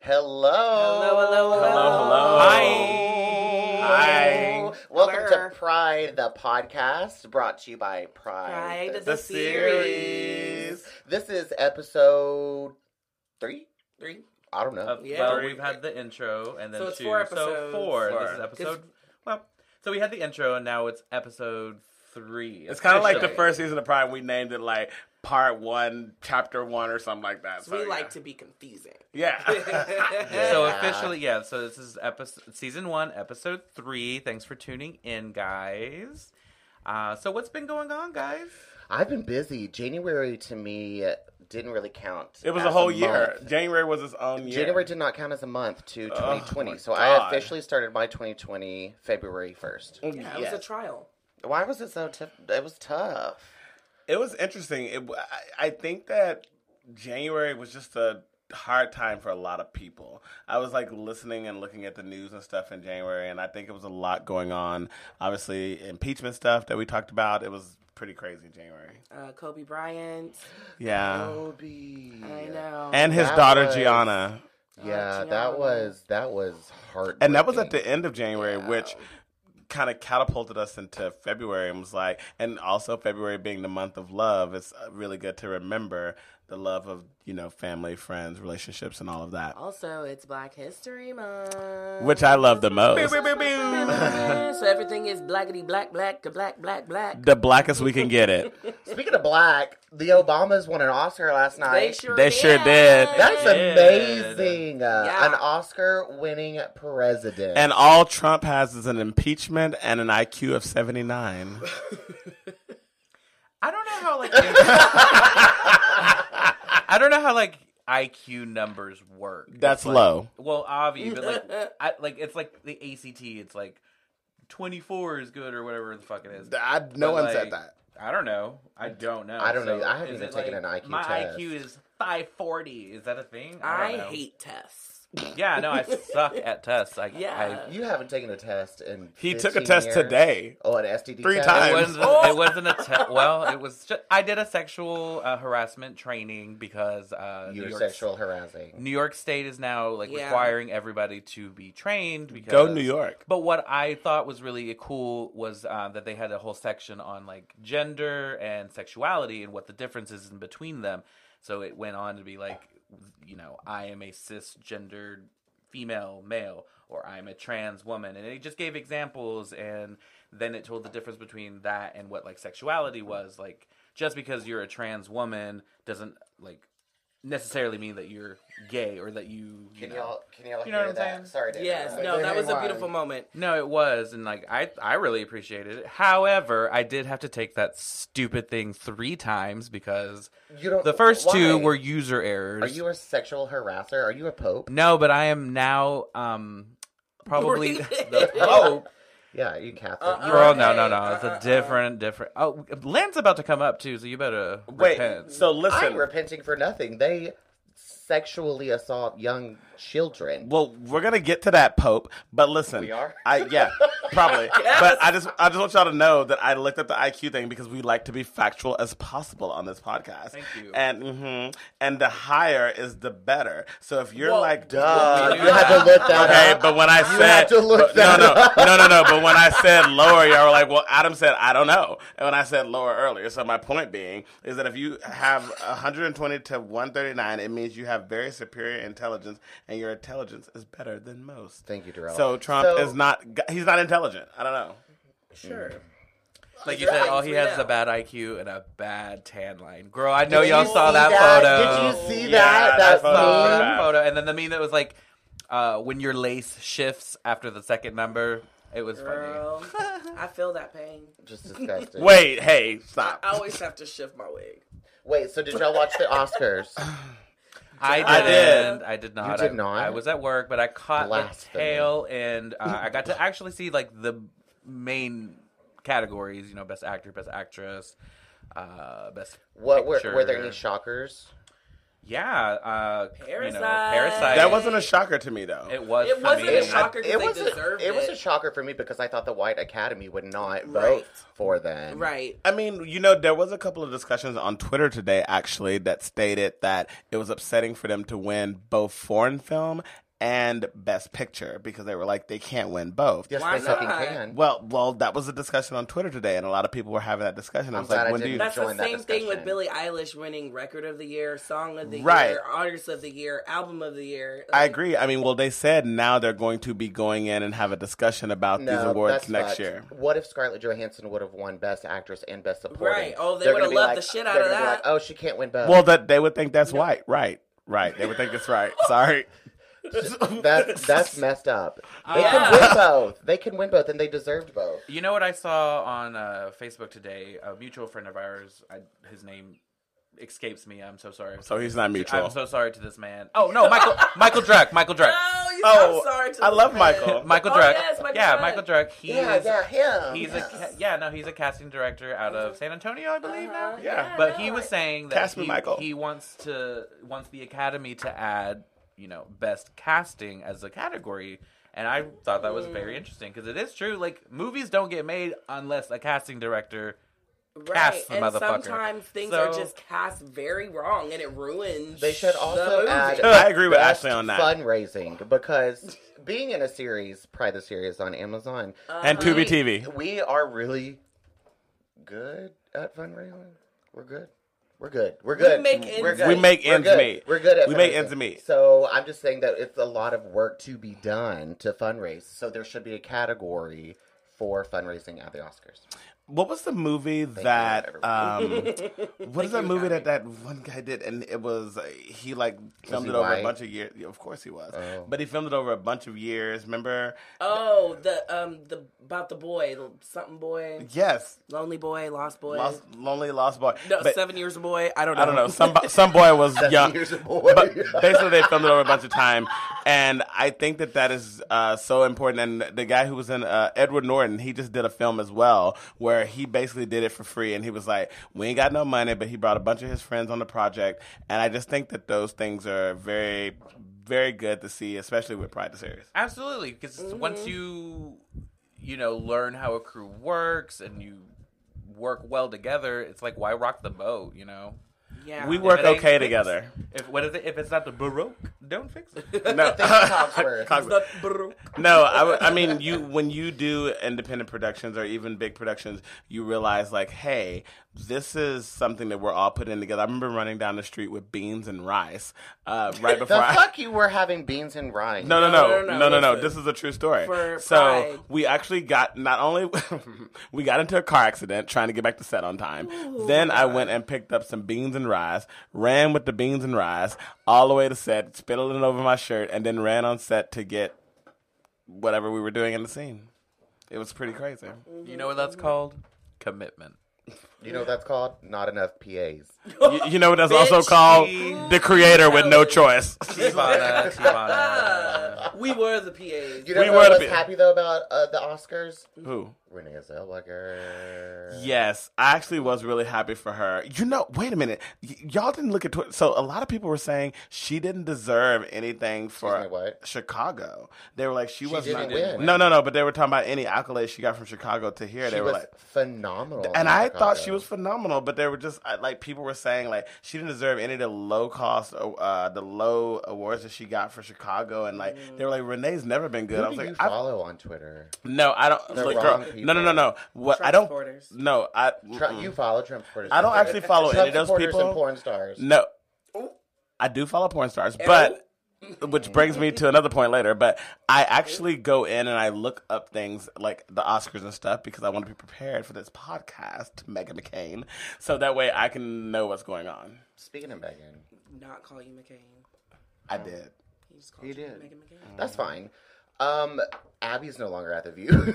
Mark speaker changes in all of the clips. Speaker 1: Hello.
Speaker 2: Hello, hello, hello.
Speaker 3: Hello, hello.
Speaker 2: Hi.
Speaker 3: Hi.
Speaker 1: Welcome
Speaker 2: Brr.
Speaker 1: to Pride, the podcast brought to you by Pride.
Speaker 2: Pride is
Speaker 3: The
Speaker 2: a series.
Speaker 3: series.
Speaker 1: This is episode three.
Speaker 2: Three.
Speaker 1: I don't know.
Speaker 3: Of-
Speaker 2: Yeah.
Speaker 3: Well, we've had the intro and then
Speaker 2: So it's
Speaker 3: two.
Speaker 2: four
Speaker 3: So
Speaker 2: episodes.
Speaker 3: four.
Speaker 2: Four.
Speaker 3: This is episode. Well, so we had the intro and now it's episode three.
Speaker 4: It's kind of like the
Speaker 3: officially.
Speaker 4: first season of Pride. We named it like Part One, Chapter One, or something like that.
Speaker 2: So we
Speaker 4: yeah.
Speaker 2: like to be confusing.
Speaker 4: yeah.
Speaker 3: So
Speaker 1: Yeah.
Speaker 3: officially, yeah. So this is episode season one, episode three. Thanks for tuning in, guys. Uh, so what's been going on, guys?
Speaker 1: I've been busy. January to me didn't really count.
Speaker 4: it was
Speaker 1: as
Speaker 4: a whole year.
Speaker 1: month.
Speaker 4: January was its own year.
Speaker 1: January did not count as a month to
Speaker 4: Oh,
Speaker 1: 2020.
Speaker 4: my
Speaker 1: so I
Speaker 4: God.
Speaker 1: officially started my 2020 February 1st.
Speaker 4: Mm,
Speaker 2: Yeah, it
Speaker 4: yes.
Speaker 2: was a trial.
Speaker 1: Why was it so tough? It was tough.
Speaker 4: It was interesting. It, w- I, I think that January was just a hard time for a lot of people. I was like listening and looking at the news and stuff in January, and I think it was a lot going on. Obviously, impeachment stuff that we talked about. It was pretty crazy in January.
Speaker 2: Uh, Kobe Bryant.
Speaker 4: Yeah.
Speaker 2: Oh,
Speaker 1: Kobe.
Speaker 2: I know. Oh,
Speaker 4: and his
Speaker 1: That
Speaker 4: daughter
Speaker 1: was-
Speaker 4: Gianna.
Speaker 1: Yeah,
Speaker 2: Gotcha.
Speaker 1: that was that was hard.
Speaker 4: And that was at the end of January, which kind of catapulted us into February and was like, and also February being the month of love, it's uh, really good to remember the love of, you know, family, friends, relationships, and all of that,
Speaker 2: also, it's Black History Month.
Speaker 4: which I love the most.
Speaker 2: so everything is blackety black, black, black, black, black.
Speaker 4: The blackest we can get it.
Speaker 1: Speaking of black, the Obamas won an Oscar last
Speaker 2: They
Speaker 1: night.
Speaker 2: sure
Speaker 4: They
Speaker 2: did.
Speaker 4: sure did.
Speaker 1: That's
Speaker 3: Yeah.
Speaker 1: amazing. Uh,
Speaker 2: Yeah.
Speaker 1: An Oscar-winning president.
Speaker 4: And all Trump has is an impeachment and an IQ of 79.
Speaker 3: I don't know how like I don't know how like IQ numbers work.
Speaker 4: That's
Speaker 3: It's like-
Speaker 4: low.
Speaker 3: Well, obvi, but like I, like it's like the ACT. It's like twenty four is good or whatever the fuck it is.
Speaker 4: I, no
Speaker 3: But, like, I don't know. I don't know.
Speaker 1: I don't know.
Speaker 3: So,
Speaker 1: I haven't
Speaker 3: is
Speaker 1: even
Speaker 3: it,
Speaker 1: taken
Speaker 3: like,
Speaker 1: an IQ
Speaker 3: my
Speaker 1: test.
Speaker 3: IQ is five forty. Is that a thing?
Speaker 2: I
Speaker 3: don't know.
Speaker 2: hate tests.
Speaker 3: Yeah, no, I suck at tests. I,
Speaker 2: Yeah.
Speaker 1: you haven't taken a test in.
Speaker 4: He took a
Speaker 1: 15
Speaker 4: test
Speaker 1: years.
Speaker 4: today.
Speaker 1: Oh, an STD
Speaker 4: Three
Speaker 1: test?
Speaker 3: I, it
Speaker 4: times.
Speaker 3: wasn't. It wasn't a te- well. It was. Just, I did a sexual uh, harassment training because uh,
Speaker 1: You
Speaker 3: New
Speaker 1: were
Speaker 3: York
Speaker 1: sexual harassing.
Speaker 3: New York State is now like
Speaker 2: Yeah.
Speaker 3: requiring everybody to be trained because
Speaker 4: Go New York.
Speaker 3: But what I thought was really cool was um, that they had a whole section on like gender and sexuality and what the differences in between them. So it went on to be like, you know, I am a cisgendered female male, or I'm a trans woman, and it just gave examples, and then it told the difference between that and what like sexuality was. Like just because you're a trans woman doesn't like necessarily mean that you're gay or that you. you
Speaker 1: Can
Speaker 3: know-
Speaker 1: y'all? Can y'all
Speaker 3: You
Speaker 1: hear
Speaker 3: know what I'm
Speaker 1: that?
Speaker 3: saying?
Speaker 1: Sorry. to
Speaker 2: Yes,
Speaker 1: interrupt.
Speaker 2: no, that was a
Speaker 1: Everyone.
Speaker 2: beautiful moment.
Speaker 3: No, it was, and like I, I really appreciated it. However, I did have to take that stupid thing three times because
Speaker 1: You don't.
Speaker 3: the first two
Speaker 1: why?
Speaker 3: were user errors.
Speaker 1: Are you a sexual harasser? Are you a pope?
Speaker 3: No, but I am now um probably
Speaker 2: Breathe.
Speaker 3: the Pope.
Speaker 1: Yeah, you Catholic.
Speaker 2: Uh-uh.
Speaker 1: You're
Speaker 3: Girl,
Speaker 1: all-
Speaker 3: no, no,
Speaker 2: Okay,
Speaker 3: no. It's
Speaker 2: uh, uh, uh.
Speaker 3: a different, different. Oh, Lynn's about to come up too, so you better
Speaker 4: Wait,
Speaker 3: repent.
Speaker 4: so listen.
Speaker 1: I'm repenting for nothing. They sexually assault young children.
Speaker 4: Well, we're gonna get to that Pope, but listen,
Speaker 1: We are?
Speaker 4: I yeah, probably. But I just I just want y'all to know that I looked at the IQ thing because we like to be factual as possible on this podcast.
Speaker 3: Thank you.
Speaker 4: And mhm, and the higher is the better. So if you're
Speaker 2: Well,
Speaker 4: like,
Speaker 1: Uh,
Speaker 4: duh.
Speaker 3: we do
Speaker 1: you had to look that
Speaker 4: Okay,
Speaker 1: up.
Speaker 4: but when I said
Speaker 1: have to look
Speaker 4: but- no,
Speaker 1: that up.
Speaker 4: no, no, no, no. But when I said lower, y'all were like, "Well, Adam said I don't know," and when I said lower earlier, so my point being is that if you have 120 to 139, it means you have very superior intelligence, and your intelligence is better than most.
Speaker 1: Thank you, Darrell.
Speaker 4: So Trump
Speaker 1: So-
Speaker 4: is not. He's not intelligent. I don't know.
Speaker 2: Sure.
Speaker 3: like you said, all he
Speaker 2: we
Speaker 3: has
Speaker 2: know.
Speaker 3: is a bad IQ and a bad tan line. Girl, I know y'all
Speaker 1: you
Speaker 3: saw
Speaker 1: see
Speaker 3: that, photo.
Speaker 1: Did you see
Speaker 4: Yeah,
Speaker 1: that?
Speaker 4: that
Speaker 1: That,
Speaker 4: photo.
Speaker 1: meme?
Speaker 4: Yeah.
Speaker 3: that photo, and then the meme that was like, uh, when your lace shifts after the second number, it was
Speaker 2: Girl, I feel that pain.
Speaker 1: Just disgusting. Wait.
Speaker 4: Wait, hey,
Speaker 2: I
Speaker 4: stop.
Speaker 2: always have to shift my wig.
Speaker 1: so did y'all watch the Oscars?
Speaker 3: funny. I
Speaker 2: I
Speaker 3: didn't. I did not.
Speaker 1: You did
Speaker 3: I-
Speaker 1: not?
Speaker 3: I, was at work, but I caught the
Speaker 1: Blasphemy.
Speaker 3: tail, and uh, I got to actually see like the main categories. You know, best actor, best actress, uh, best.
Speaker 1: What were were there
Speaker 3: Picture.
Speaker 1: any shockers?
Speaker 3: Yeah, uh, You know,
Speaker 2: Parasite.
Speaker 3: parasite.
Speaker 4: That wasn't a shocker to me though.
Speaker 3: It was.
Speaker 2: It
Speaker 3: for
Speaker 2: wasn't
Speaker 3: me.
Speaker 2: a shocker
Speaker 1: It
Speaker 2: because
Speaker 1: was
Speaker 2: they
Speaker 1: a,
Speaker 2: deserved
Speaker 1: it
Speaker 2: it.
Speaker 1: was a shocker for me because I thought the white Academy would not vote
Speaker 2: Right.
Speaker 1: for
Speaker 4: Mm-hmm.
Speaker 1: them.
Speaker 2: right.
Speaker 4: I mean, you know, there was a couple of discussions on Twitter today actually that stated that it was upsetting for them to win both foreign film and Best Picture because they were like they can't win both.
Speaker 1: Yes,
Speaker 2: Why
Speaker 1: they fucking
Speaker 2: not?
Speaker 1: can.
Speaker 4: Well, well, that was a discussion on Twitter today, and a lot of people were having that discussion. I
Speaker 1: I'm
Speaker 4: was
Speaker 1: glad
Speaker 4: like,
Speaker 1: I
Speaker 4: when do
Speaker 1: didn't.
Speaker 4: you?
Speaker 2: That's the
Speaker 1: join that
Speaker 2: same thing
Speaker 1: discussion.
Speaker 2: with Billie Eilish winning Record of the Year, Song of the
Speaker 4: Right.
Speaker 2: Year, Artist of the Year, Album of the Year.
Speaker 4: I
Speaker 2: Like,
Speaker 4: agree. I mean, well, they said now they're going to be going in and have a discussion about these awards
Speaker 1: that's
Speaker 4: next
Speaker 1: fucked.
Speaker 4: year.
Speaker 1: What if Scarlett Johansson would have won Best Actress and Best Supporting?
Speaker 2: Right. Oh, they
Speaker 1: They're gonna
Speaker 2: would've
Speaker 1: be
Speaker 2: loved
Speaker 1: like-
Speaker 2: the shit out
Speaker 1: they're
Speaker 2: of
Speaker 1: gonna be
Speaker 2: that.
Speaker 1: Like, oh, she can't win both.
Speaker 4: Well, that they would think that's white, right? Right. They would think it's right. Sorry.
Speaker 1: that's that's messed up. They
Speaker 2: Yeah.
Speaker 1: can win both. They can win both, and they deserved both.
Speaker 3: You know what I saw on uh, Facebook today? A mutual friend of ours. I, his name escapes me. I'm so sorry.
Speaker 4: So he's not mutual.
Speaker 3: I'm so sorry to this man. Oh no, Michael Michael Druck. Michael Druck.
Speaker 2: Oh, you
Speaker 4: Oh,
Speaker 2: I'm sorry. To
Speaker 4: I
Speaker 2: the
Speaker 4: love
Speaker 2: man.
Speaker 4: Michael.
Speaker 3: Michael
Speaker 2: Oh,
Speaker 3: Druck.
Speaker 2: yes, Michael
Speaker 3: yeah,
Speaker 2: Druck.
Speaker 3: Michael Druck. He
Speaker 1: yeah,
Speaker 3: is.
Speaker 1: yeah, him.
Speaker 3: He's
Speaker 1: yes.
Speaker 3: a ca- yeah no he's a casting director out of San Antonio I believe now
Speaker 2: Uh-huh.
Speaker 4: Yeah.
Speaker 3: but
Speaker 2: no,
Speaker 3: he was
Speaker 2: I-
Speaker 3: saying that
Speaker 4: Cast me,
Speaker 3: he,
Speaker 4: Michael.
Speaker 3: he wants to wants the Academy to add you know best casting as a category, and I thought that was very interesting because it is true. Like movies don't get made unless a casting director cast the
Speaker 2: and
Speaker 3: motherfucker.
Speaker 2: sometimes things
Speaker 3: So-
Speaker 2: are just cast very wrong, and it ruins.
Speaker 1: They should
Speaker 2: the
Speaker 1: also
Speaker 2: movie.
Speaker 1: add.
Speaker 4: I agree with
Speaker 1: best
Speaker 4: Ashley on that.
Speaker 1: Fundraising because being in a series, probably the series on Amazon,
Speaker 3: Uh-huh.
Speaker 4: and Tubi TV.
Speaker 1: we are really good at fundraising. We're good. We're good. We're good.
Speaker 2: make ends
Speaker 1: We're
Speaker 2: meet.
Speaker 1: good.
Speaker 4: We make
Speaker 1: We're
Speaker 4: ends
Speaker 1: good.
Speaker 4: meet.
Speaker 1: We're good at
Speaker 4: We make
Speaker 1: fundraising.
Speaker 4: ends meet.
Speaker 1: So I'm just saying that it's a lot of work to be done to fundraise. So there should be a category for fundraising at the Oscars.
Speaker 4: What was the movie that? Um, what is that movie that that one guy did? And it was uh, he like filmed
Speaker 1: he
Speaker 4: it over a
Speaker 1: white?
Speaker 4: bunch of years. Yeah, of course he was,
Speaker 1: Oh.
Speaker 4: but he filmed it over a bunch of years. Remember?
Speaker 2: Oh, the um, the about the boy, the something boy,
Speaker 4: Yes,
Speaker 2: lonely boy, lost boy,
Speaker 4: Lost, Lonely Lost Boy.
Speaker 2: no,
Speaker 4: But-
Speaker 2: seven years a boy. I don't know.
Speaker 4: I don't know. Some some boy was young.
Speaker 1: years of boy.
Speaker 4: but basically they filmed it over a bunch of time and i think that that is uh, so important and the guy who was in uh, edward norton he just did a film as well where he basically did it for free and he was like we ain't got no money but he brought a bunch of his friends on the project and i just think that those things are very very good to see especially with pride the series
Speaker 3: Absolutely, because once you you know learn how a crew works and you work well together, it's like why rock the boat? You know,
Speaker 2: Yeah,
Speaker 4: we work
Speaker 3: If it ain't
Speaker 4: okay
Speaker 3: fixed-
Speaker 4: together
Speaker 3: If what is it? If it's not the baroque, don't fix it.
Speaker 4: no
Speaker 1: Cogsworth.
Speaker 4: Cogsworth.
Speaker 2: The bro-
Speaker 4: No, I, would- I mean you when you do independent productions or even big productions, you realize like, hey, this is something that we're all putting together. I remember running down the street with beans and rice uh, right
Speaker 1: The
Speaker 4: before. I,
Speaker 1: fuck you were having beans and rice.
Speaker 4: no, no, no, no, no, no,
Speaker 2: listen.
Speaker 4: This is a true story.
Speaker 2: For
Speaker 4: so
Speaker 2: pride.
Speaker 4: we actually got not only we got into a car accident trying to get back to set on time. then I went and picked up some beans and rice, ran with the beans and rice all the way to set, spilled it over my shirt, and then ran on set to get whatever we were doing in the scene. It was pretty crazy.
Speaker 3: you know what that's called? Commitment.
Speaker 1: You know what that's called? Not enough PAs.
Speaker 4: You, you know what that's also
Speaker 2: Bitch.
Speaker 4: called? The creator with no choice.
Speaker 3: Chibana, Chibana.
Speaker 2: Uh, we were the PAs.
Speaker 1: You know
Speaker 4: We
Speaker 1: who
Speaker 4: were
Speaker 1: I
Speaker 4: the
Speaker 1: was
Speaker 4: bit-
Speaker 1: happy though about uh, the Oscars?
Speaker 4: Who?
Speaker 1: Renee Zellweger.
Speaker 4: Yes, I actually was really happy for her. You know, wait a minute, y- y'all didn't look at Twitter. So a lot of people were saying she didn't deserve anything for
Speaker 1: Excuse me, what?
Speaker 4: Chicago. They were like she, was
Speaker 1: didn't
Speaker 4: not.
Speaker 1: win.
Speaker 4: No, no, no. But they were talking about any accolades she got from Chicago to here.
Speaker 1: She
Speaker 4: they
Speaker 1: was
Speaker 4: were like.
Speaker 1: phenomenal.
Speaker 4: And
Speaker 1: in
Speaker 4: I thought
Speaker 1: Chicago.
Speaker 4: she was phenomenal, but they were just I- like people were saying like she didn't deserve any of the low cost, uh, the low awards that she got for Chicago, and like they were like Renee's never been good.
Speaker 1: Mm. Who
Speaker 4: I was
Speaker 1: do
Speaker 4: like,
Speaker 1: you
Speaker 4: I-
Speaker 1: follow on Twitter?
Speaker 4: no, I don't.
Speaker 1: The
Speaker 4: Look,
Speaker 1: wrong
Speaker 4: girl, no,
Speaker 1: people.
Speaker 4: no, no, no. What
Speaker 2: Trump
Speaker 4: I don't.
Speaker 2: supporters.
Speaker 4: No, I.
Speaker 1: Tru-
Speaker 4: mm-mm.
Speaker 1: You follow Trump supporters.
Speaker 4: I don't
Speaker 1: on Twitter.
Speaker 4: actually follow any
Speaker 1: Trump
Speaker 4: of those
Speaker 1: supporters
Speaker 4: people.
Speaker 1: And porn stars.
Speaker 4: No. I do follow porn stars, but which brings me to another point later, but I actually go in and I look up things like the Oscars and stuff because I want to be prepared for this podcast, Megan McCain, so that way I can know what's going on.
Speaker 1: Speaking of Megan,
Speaker 2: Not call you McCain.
Speaker 4: I did.
Speaker 2: He just called you
Speaker 1: did.
Speaker 2: Megan McCain.
Speaker 1: that's fine. Um, Abby's no longer at the View.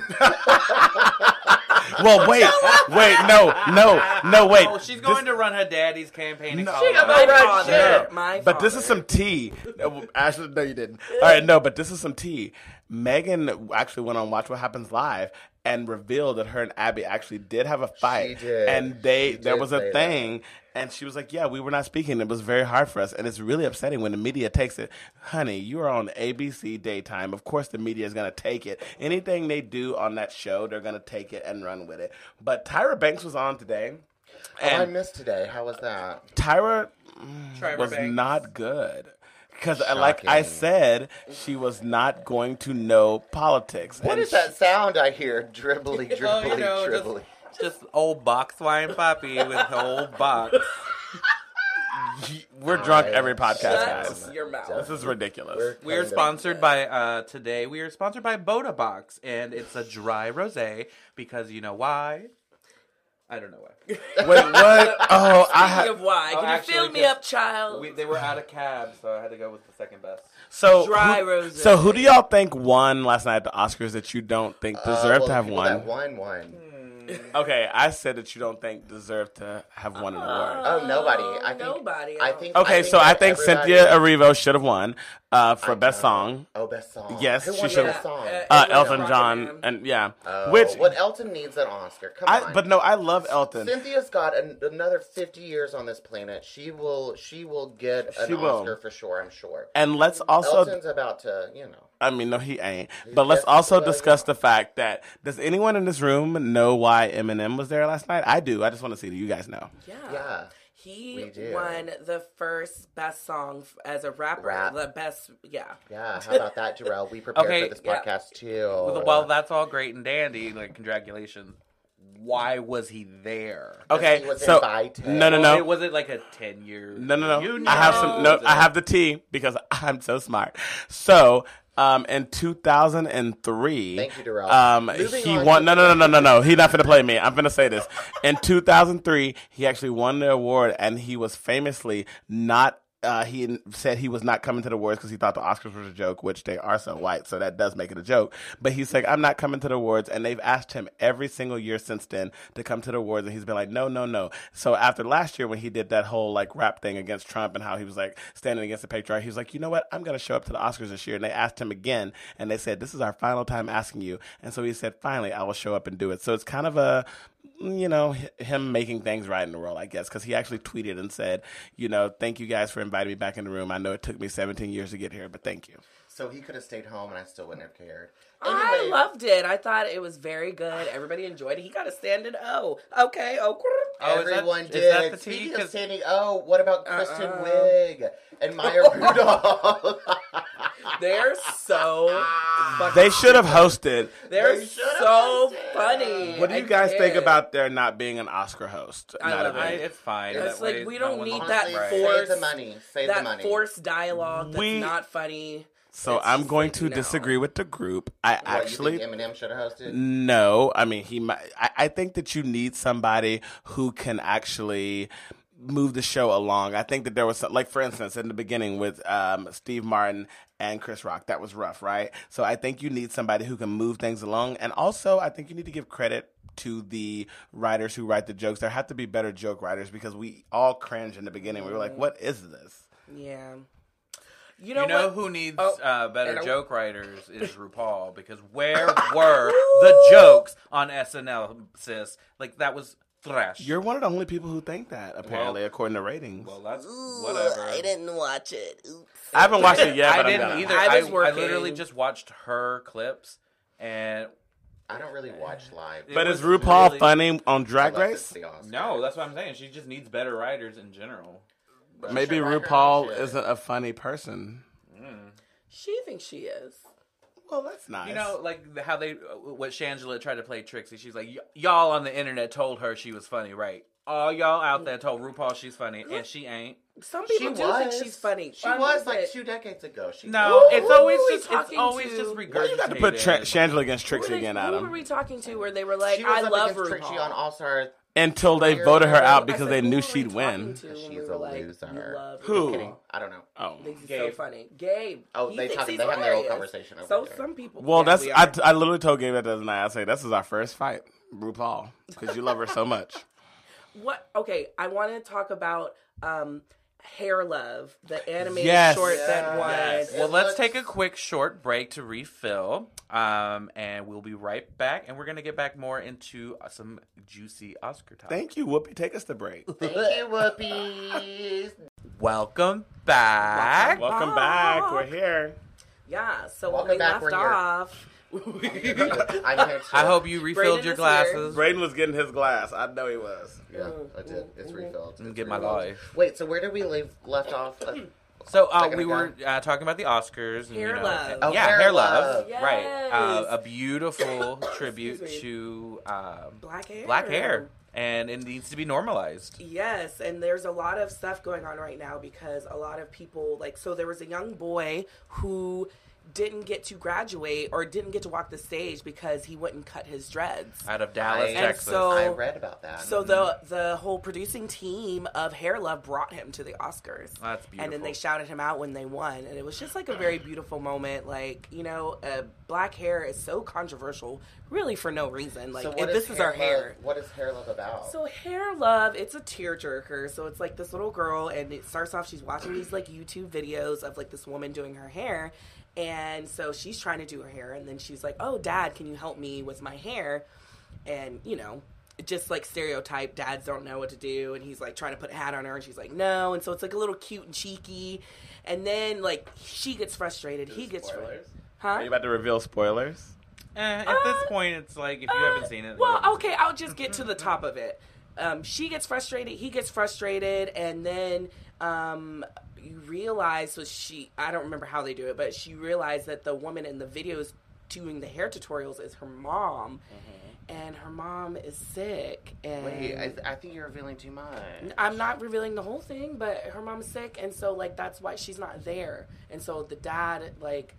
Speaker 1: Oh,
Speaker 4: Well, wait, wait, no, no, no, wait.
Speaker 3: Oh, she's going to run her daddy's campaign. in Colorado.
Speaker 1: about-
Speaker 2: My
Speaker 1: Alright,
Speaker 2: father.
Speaker 1: sure.
Speaker 2: My
Speaker 4: But this is
Speaker 2: father.
Speaker 4: some tea. Ashley, no, you didn't. All right, no, but this is some tea. Megan actually went on Watch What Happens Live and revealed that her and Abby actually did have a fight.
Speaker 1: She did.
Speaker 4: And they
Speaker 1: She
Speaker 4: there
Speaker 1: did
Speaker 4: was
Speaker 1: say
Speaker 4: a
Speaker 1: that.
Speaker 4: thing. And she was like, "Yeah, we were not speaking. It was very hard for us, and it's really upsetting when the media takes it. Honey, you are on ABC daytime. Of course, the media is going to take it. Anything they do on that show, they're going to take it and run with it. But Tyra Banks was on today,
Speaker 1: I
Speaker 4: and
Speaker 1: missed today. How was that?
Speaker 4: Tyra
Speaker 2: Trevor
Speaker 4: was
Speaker 2: Banks.
Speaker 4: not good. because, like I
Speaker 1: Shocking.
Speaker 4: said, she was not going to know politics.
Speaker 1: What
Speaker 4: And
Speaker 1: is that sound I hear? Dribbly, dribbly,
Speaker 3: Oh, you know, just-
Speaker 1: dribbly.
Speaker 3: Just old box wine poppy with the old box.
Speaker 4: she- We're drunk
Speaker 1: I-
Speaker 4: every podcast,
Speaker 1: Shut
Speaker 4: guys.
Speaker 2: Shut your mouth.
Speaker 4: This is ridiculous.
Speaker 1: We're
Speaker 3: We are
Speaker 1: kinda-
Speaker 3: sponsored by uh, today. We are sponsored by Boda Box, and it's a dry rosé because you know why? I don't know why.
Speaker 4: Wait, what? Oh, I
Speaker 2: Speaking
Speaker 4: ha-
Speaker 2: of why,
Speaker 3: Oh,
Speaker 2: can
Speaker 3: actually,
Speaker 2: you fill me
Speaker 3: yes.
Speaker 2: up, child?
Speaker 3: We, they were out of cab, so I had to go with the second best.
Speaker 4: so
Speaker 2: Dry
Speaker 4: who,
Speaker 2: rosé.
Speaker 4: so who do y'all think won last night at the Oscars that you don't think
Speaker 1: Uh,
Speaker 4: deserve
Speaker 1: well,
Speaker 4: to
Speaker 1: the
Speaker 4: have
Speaker 1: people
Speaker 4: won?
Speaker 1: That won one.
Speaker 2: Hmm.
Speaker 4: Okay, I said that you don't think deserve to have won an award.
Speaker 1: Oh, nobody. I think.
Speaker 2: nobody.
Speaker 1: I think.
Speaker 4: Okay, so I
Speaker 1: that
Speaker 4: think
Speaker 1: everybody-
Speaker 4: Cynthia Erivo should have won uh, for best song.
Speaker 1: Oh, best song.
Speaker 4: Yes,
Speaker 1: Who
Speaker 4: she
Speaker 1: won
Speaker 4: should-
Speaker 1: best song.
Speaker 2: Uh,
Speaker 4: Uh,
Speaker 2: Everyone
Speaker 4: Elton
Speaker 2: Rocket
Speaker 4: John
Speaker 2: Man.
Speaker 4: and yeah,
Speaker 1: Oh,
Speaker 4: which
Speaker 1: what Elton needs an Oscar. Come
Speaker 4: I
Speaker 1: on.
Speaker 4: but no, I love Elton.
Speaker 1: Cynthia's got an, another fifty years on this planet. She will. She will get an
Speaker 4: She will.
Speaker 1: Oscar for sure. I'm sure.
Speaker 4: And let's also,
Speaker 1: Elton's about to. You know.
Speaker 4: I mean, no, he ain't. But let's
Speaker 1: definitely
Speaker 4: also
Speaker 1: will,
Speaker 4: discuss the fact that does anyone in this room know why Eminem was there last night? I do. I just want to see that you guys know.
Speaker 2: Yeah.
Speaker 1: Yeah. We
Speaker 2: He
Speaker 1: do.
Speaker 2: won the first best song f- as a rapper.
Speaker 1: Rap.
Speaker 2: The best, yeah.
Speaker 1: Yeah. How about that, Jarrell? We prepared
Speaker 3: Okay,
Speaker 1: for this
Speaker 2: yeah.
Speaker 1: podcast
Speaker 3: Well,
Speaker 4: Oh,
Speaker 1: too.
Speaker 3: well, that's all great and dandy. Like, congratulations. Why was he there?
Speaker 4: Okay,
Speaker 1: he was
Speaker 4: so
Speaker 1: invited.
Speaker 4: no, no,
Speaker 3: It
Speaker 4: no.
Speaker 3: was it like a ten year.
Speaker 4: No, no, no. I have some. No, I have the tea because I'm so smart. So, um, in 2003,
Speaker 1: Thank you, Darrell.
Speaker 4: Um,
Speaker 1: Moving
Speaker 4: he
Speaker 1: on
Speaker 4: won. No,
Speaker 1: to-
Speaker 4: no, no, no, no, no. He not finna play me. I'm finna say this. In 2003, he actually won the award, and he was famously not. Uh, he n- said he was not coming to the awards because he thought the Oscars was a joke, which they are so white, so that does make it a joke. But he's like, I'm not coming to the awards, and they've asked him every single year since then to come to the awards, and he's been like, no, no, no. So after last year when he did that whole like rap thing against Trump and how he was like standing against the patriarchy, he was like, you know what? I'm gonna show up to the Oscars this year, and they asked him again, and they said, this is our final time asking you, and so he said, finally, I will show up and do it. So it's kind of a you know, h- him making things right in the world, I guess, because he actually tweeted and said, you know, thank you guys for inviting me back in the room. I know it took me 17 years to get here, but thank you.
Speaker 1: So he could have stayed home, and I still wouldn't have cared.
Speaker 2: I
Speaker 1: Anyway,
Speaker 2: loved it. I thought it was very good. Everybody enjoyed it. He got a standing O. Okay, oh.
Speaker 3: Oh, is that-
Speaker 1: Everyone
Speaker 3: is
Speaker 1: did.
Speaker 3: that the tea?
Speaker 1: Speaking of
Speaker 3: 'Cause- Uh,
Speaker 1: standing, oh, what about Kristen
Speaker 2: Uh-uh.
Speaker 1: Wiig and Maya Rudolph?
Speaker 2: They're so fucking.
Speaker 4: They should have hosted.
Speaker 2: They're
Speaker 1: They should've
Speaker 2: so
Speaker 1: hosted.
Speaker 2: funny.
Speaker 4: What do you
Speaker 2: I
Speaker 4: guys think
Speaker 2: did.
Speaker 4: about there not being an Oscar host?
Speaker 2: I
Speaker 4: Not
Speaker 2: love
Speaker 4: a-
Speaker 3: I,
Speaker 2: it.
Speaker 3: it's fine.
Speaker 2: It's
Speaker 3: That
Speaker 2: like,
Speaker 3: way
Speaker 2: we
Speaker 3: no
Speaker 2: don't
Speaker 3: one
Speaker 2: need
Speaker 3: looks
Speaker 2: that
Speaker 1: Honestly,
Speaker 3: right.
Speaker 2: for-
Speaker 1: Save the
Speaker 2: force-
Speaker 1: money. Save the
Speaker 2: that
Speaker 1: money.
Speaker 2: forced dialogue that's
Speaker 4: We-
Speaker 2: not funny?
Speaker 4: So
Speaker 2: It's
Speaker 4: I'm
Speaker 2: just
Speaker 4: going
Speaker 2: like,
Speaker 4: to
Speaker 2: no.
Speaker 4: disagree with the group. I
Speaker 1: What,
Speaker 4: actually.
Speaker 1: you think Eminem should have hosted.
Speaker 4: No, I mean he might. I, I think that you need somebody who can actually move the show along. I think that there was some, like, for instance, in the beginning with um, Steve Martin and Chris Rock, that was rough, right? So I think you need somebody who can move things along, and also I think you need to give credit to the writers who write the jokes. There have to be better joke writers because we all cringe in the beginning. We were like, "What is this?"
Speaker 2: Yeah. You know,
Speaker 3: You know
Speaker 2: what?
Speaker 3: who needs
Speaker 2: Oh,
Speaker 3: uh, better
Speaker 2: and I-
Speaker 3: joke writers is RuPaul because where were the jokes on SNL, sis? Like that was thrash.
Speaker 4: You're one of the only people who think that, apparently, according to ratings.
Speaker 3: well, that's whatever.
Speaker 2: didn't watch it.
Speaker 4: I haven't watched it yet,
Speaker 3: I
Speaker 4: but I'm
Speaker 3: didn't
Speaker 4: gonna.
Speaker 3: either.
Speaker 2: I
Speaker 3: I,
Speaker 2: was
Speaker 3: I
Speaker 2: working.
Speaker 3: literally just watched her clips, and
Speaker 1: I don't really watch live.
Speaker 4: But
Speaker 3: It
Speaker 4: is
Speaker 3: was
Speaker 4: RuPaul
Speaker 3: really-
Speaker 4: funny on Drag
Speaker 1: unless it's
Speaker 4: Race?
Speaker 1: the Oscars.
Speaker 3: no, that's what I'm saying. She just needs better writers in general.
Speaker 1: But
Speaker 4: Maybe
Speaker 1: sure, why
Speaker 4: RuPaul
Speaker 1: not?
Speaker 4: isn't a funny person.
Speaker 2: She thinks she is.
Speaker 4: Well, that's nice.
Speaker 3: You know, like the- how they uh, what Shangela tried to play Trixie. She's like, "Y- y'all on the internet told her she was funny, right? All y'all out there told RuPaul she's funny, and she ain't.
Speaker 2: Some
Speaker 1: She
Speaker 2: people do
Speaker 1: was.
Speaker 2: think she's funny.
Speaker 1: She
Speaker 2: Why
Speaker 1: was
Speaker 2: was
Speaker 1: like
Speaker 2: it?
Speaker 1: two decades ago. She
Speaker 3: No,
Speaker 1: Ooh,
Speaker 3: it's
Speaker 2: who
Speaker 3: always
Speaker 2: are we
Speaker 3: just it's
Speaker 2: talking
Speaker 3: always
Speaker 2: to?
Speaker 3: just
Speaker 2: Why you
Speaker 3: regurgitated.
Speaker 4: Why you got to put Tra- Shangela against
Speaker 2: Who
Speaker 4: Trixie
Speaker 2: they-
Speaker 4: again,
Speaker 2: Who were
Speaker 4: Adam?
Speaker 2: we talking to where they were like,
Speaker 1: she was
Speaker 2: I
Speaker 1: up
Speaker 2: love
Speaker 1: against Trixie
Speaker 2: RuPaul.
Speaker 1: on All Stars.
Speaker 4: Until they
Speaker 1: Where
Speaker 4: voted her
Speaker 1: were-
Speaker 4: out
Speaker 1: I
Speaker 4: because
Speaker 2: said,
Speaker 4: they
Speaker 2: who
Speaker 4: knew
Speaker 2: were we
Speaker 4: she'd
Speaker 2: talking
Speaker 4: win.
Speaker 2: to? And we
Speaker 1: She's
Speaker 2: were
Speaker 1: a
Speaker 2: like,
Speaker 1: loser.
Speaker 2: you love
Speaker 4: Who?
Speaker 1: Kidding.
Speaker 2: RuPaul.
Speaker 1: I don't know.
Speaker 4: Oh.
Speaker 2: This is
Speaker 3: Gabe.
Speaker 2: so funny. Gabe.
Speaker 1: Oh,
Speaker 2: he
Speaker 1: they
Speaker 2: thinks
Speaker 1: talking-
Speaker 2: he's
Speaker 1: they having their own
Speaker 2: hilarious.
Speaker 1: conversation over
Speaker 2: So
Speaker 1: there.
Speaker 2: some people.
Speaker 4: Well,
Speaker 2: yeah,
Speaker 4: that's
Speaker 2: we
Speaker 4: I,
Speaker 2: are.
Speaker 4: I literally told Gabe that the other night. I say this is our first fight, RuPaul, because you love her so much.
Speaker 2: What? Okay, I want to talk about um, Hair Love, the animated
Speaker 4: Yes.
Speaker 2: short that won.
Speaker 1: Yes.
Speaker 3: Well,
Speaker 1: It
Speaker 3: let's
Speaker 1: looks-
Speaker 3: take a quick short break to refill, um, and we'll be right back. And we're gonna get back more into uh, some juicy Oscar talk.
Speaker 4: Thank you, Whoopi. Take us to break.
Speaker 1: Thank you, Whoopies.
Speaker 3: Welcome back.
Speaker 4: Welcome back. We're here.
Speaker 2: Yeah. So
Speaker 1: Welcome
Speaker 2: when they
Speaker 1: back,
Speaker 2: left
Speaker 1: we're here.
Speaker 2: off,
Speaker 1: I'm here too.
Speaker 3: I hope you refilled
Speaker 2: Brayden
Speaker 3: your
Speaker 2: is here.
Speaker 3: glasses.
Speaker 4: Braden was getting his glass. I know he was.
Speaker 1: Yeah, I did. It's refilled. It's
Speaker 3: Mm-hmm. get my
Speaker 1: refilled.
Speaker 3: life.
Speaker 1: Wait, so where did we leave left off? Uh,
Speaker 3: So uh,
Speaker 1: Second
Speaker 3: we
Speaker 1: ago.
Speaker 3: were uh, talking about the Oscars. And,
Speaker 2: Hair
Speaker 3: you know,
Speaker 2: Love.
Speaker 1: Oh,
Speaker 3: yeah,
Speaker 1: Hair
Speaker 3: hair,
Speaker 1: Love.
Speaker 3: love.
Speaker 2: Yes.
Speaker 3: Right. Uh, a beautiful tribute
Speaker 2: me.
Speaker 3: to um,
Speaker 2: Black hair.
Speaker 3: black hair, and it needs to be normalized.
Speaker 2: Yes, and there's a lot of stuff going on right now because a lot of people like so there was a young boy who didn't get to graduate or didn't get to walk the stage because he wouldn't cut his dreads.
Speaker 3: Out of Dallas,
Speaker 1: I- And
Speaker 3: Texas.
Speaker 2: so-
Speaker 1: I read about that.
Speaker 2: So the the whole producing team of Hair Love brought him to the Oscars.
Speaker 3: That's beautiful.
Speaker 2: And then they shouted him out when they won, and it was just like a very beautiful moment. Like you know, uh, black hair is so controversial, really for no reason. Like
Speaker 1: So
Speaker 2: if
Speaker 1: what
Speaker 2: this is our
Speaker 1: Love-
Speaker 2: hair.
Speaker 1: What is hair love about?
Speaker 2: So hair love, it's a tearjerker. So it's like this little girl, and it starts off. She's watching these like YouTube videos of like this woman doing her hair, and so she's trying to do her hair, and then she's like, "Oh, Dad, can you help me with my hair?" And you know, just like stereotype, dads don't know what to do, and he's like trying to put a hat on her, and she's like, "No," and so it's like a little cute and cheeky, and then like she gets frustrated, he gets frustrated,
Speaker 4: spoilers.
Speaker 2: huh?
Speaker 4: Are you about to reveal spoilers?
Speaker 3: Eh, at
Speaker 2: Uh,
Speaker 3: this point, it's like if you
Speaker 2: Uh,
Speaker 3: haven't seen it. you
Speaker 2: Well,
Speaker 3: haven't
Speaker 2: okay, I'll just get to the top of it. Um, she gets frustrated, he gets frustrated, and then um, you realize so she I don't remember how they do it, but she realized that the woman in the videos doing the hair tutorials is her mom, and her mom is sick. And
Speaker 1: Mm-hmm. Wait, I, I think you're revealing too much.
Speaker 2: I'm not revealing the whole thing, but her mom's sick, and so like that's why she's not there. And so the dad like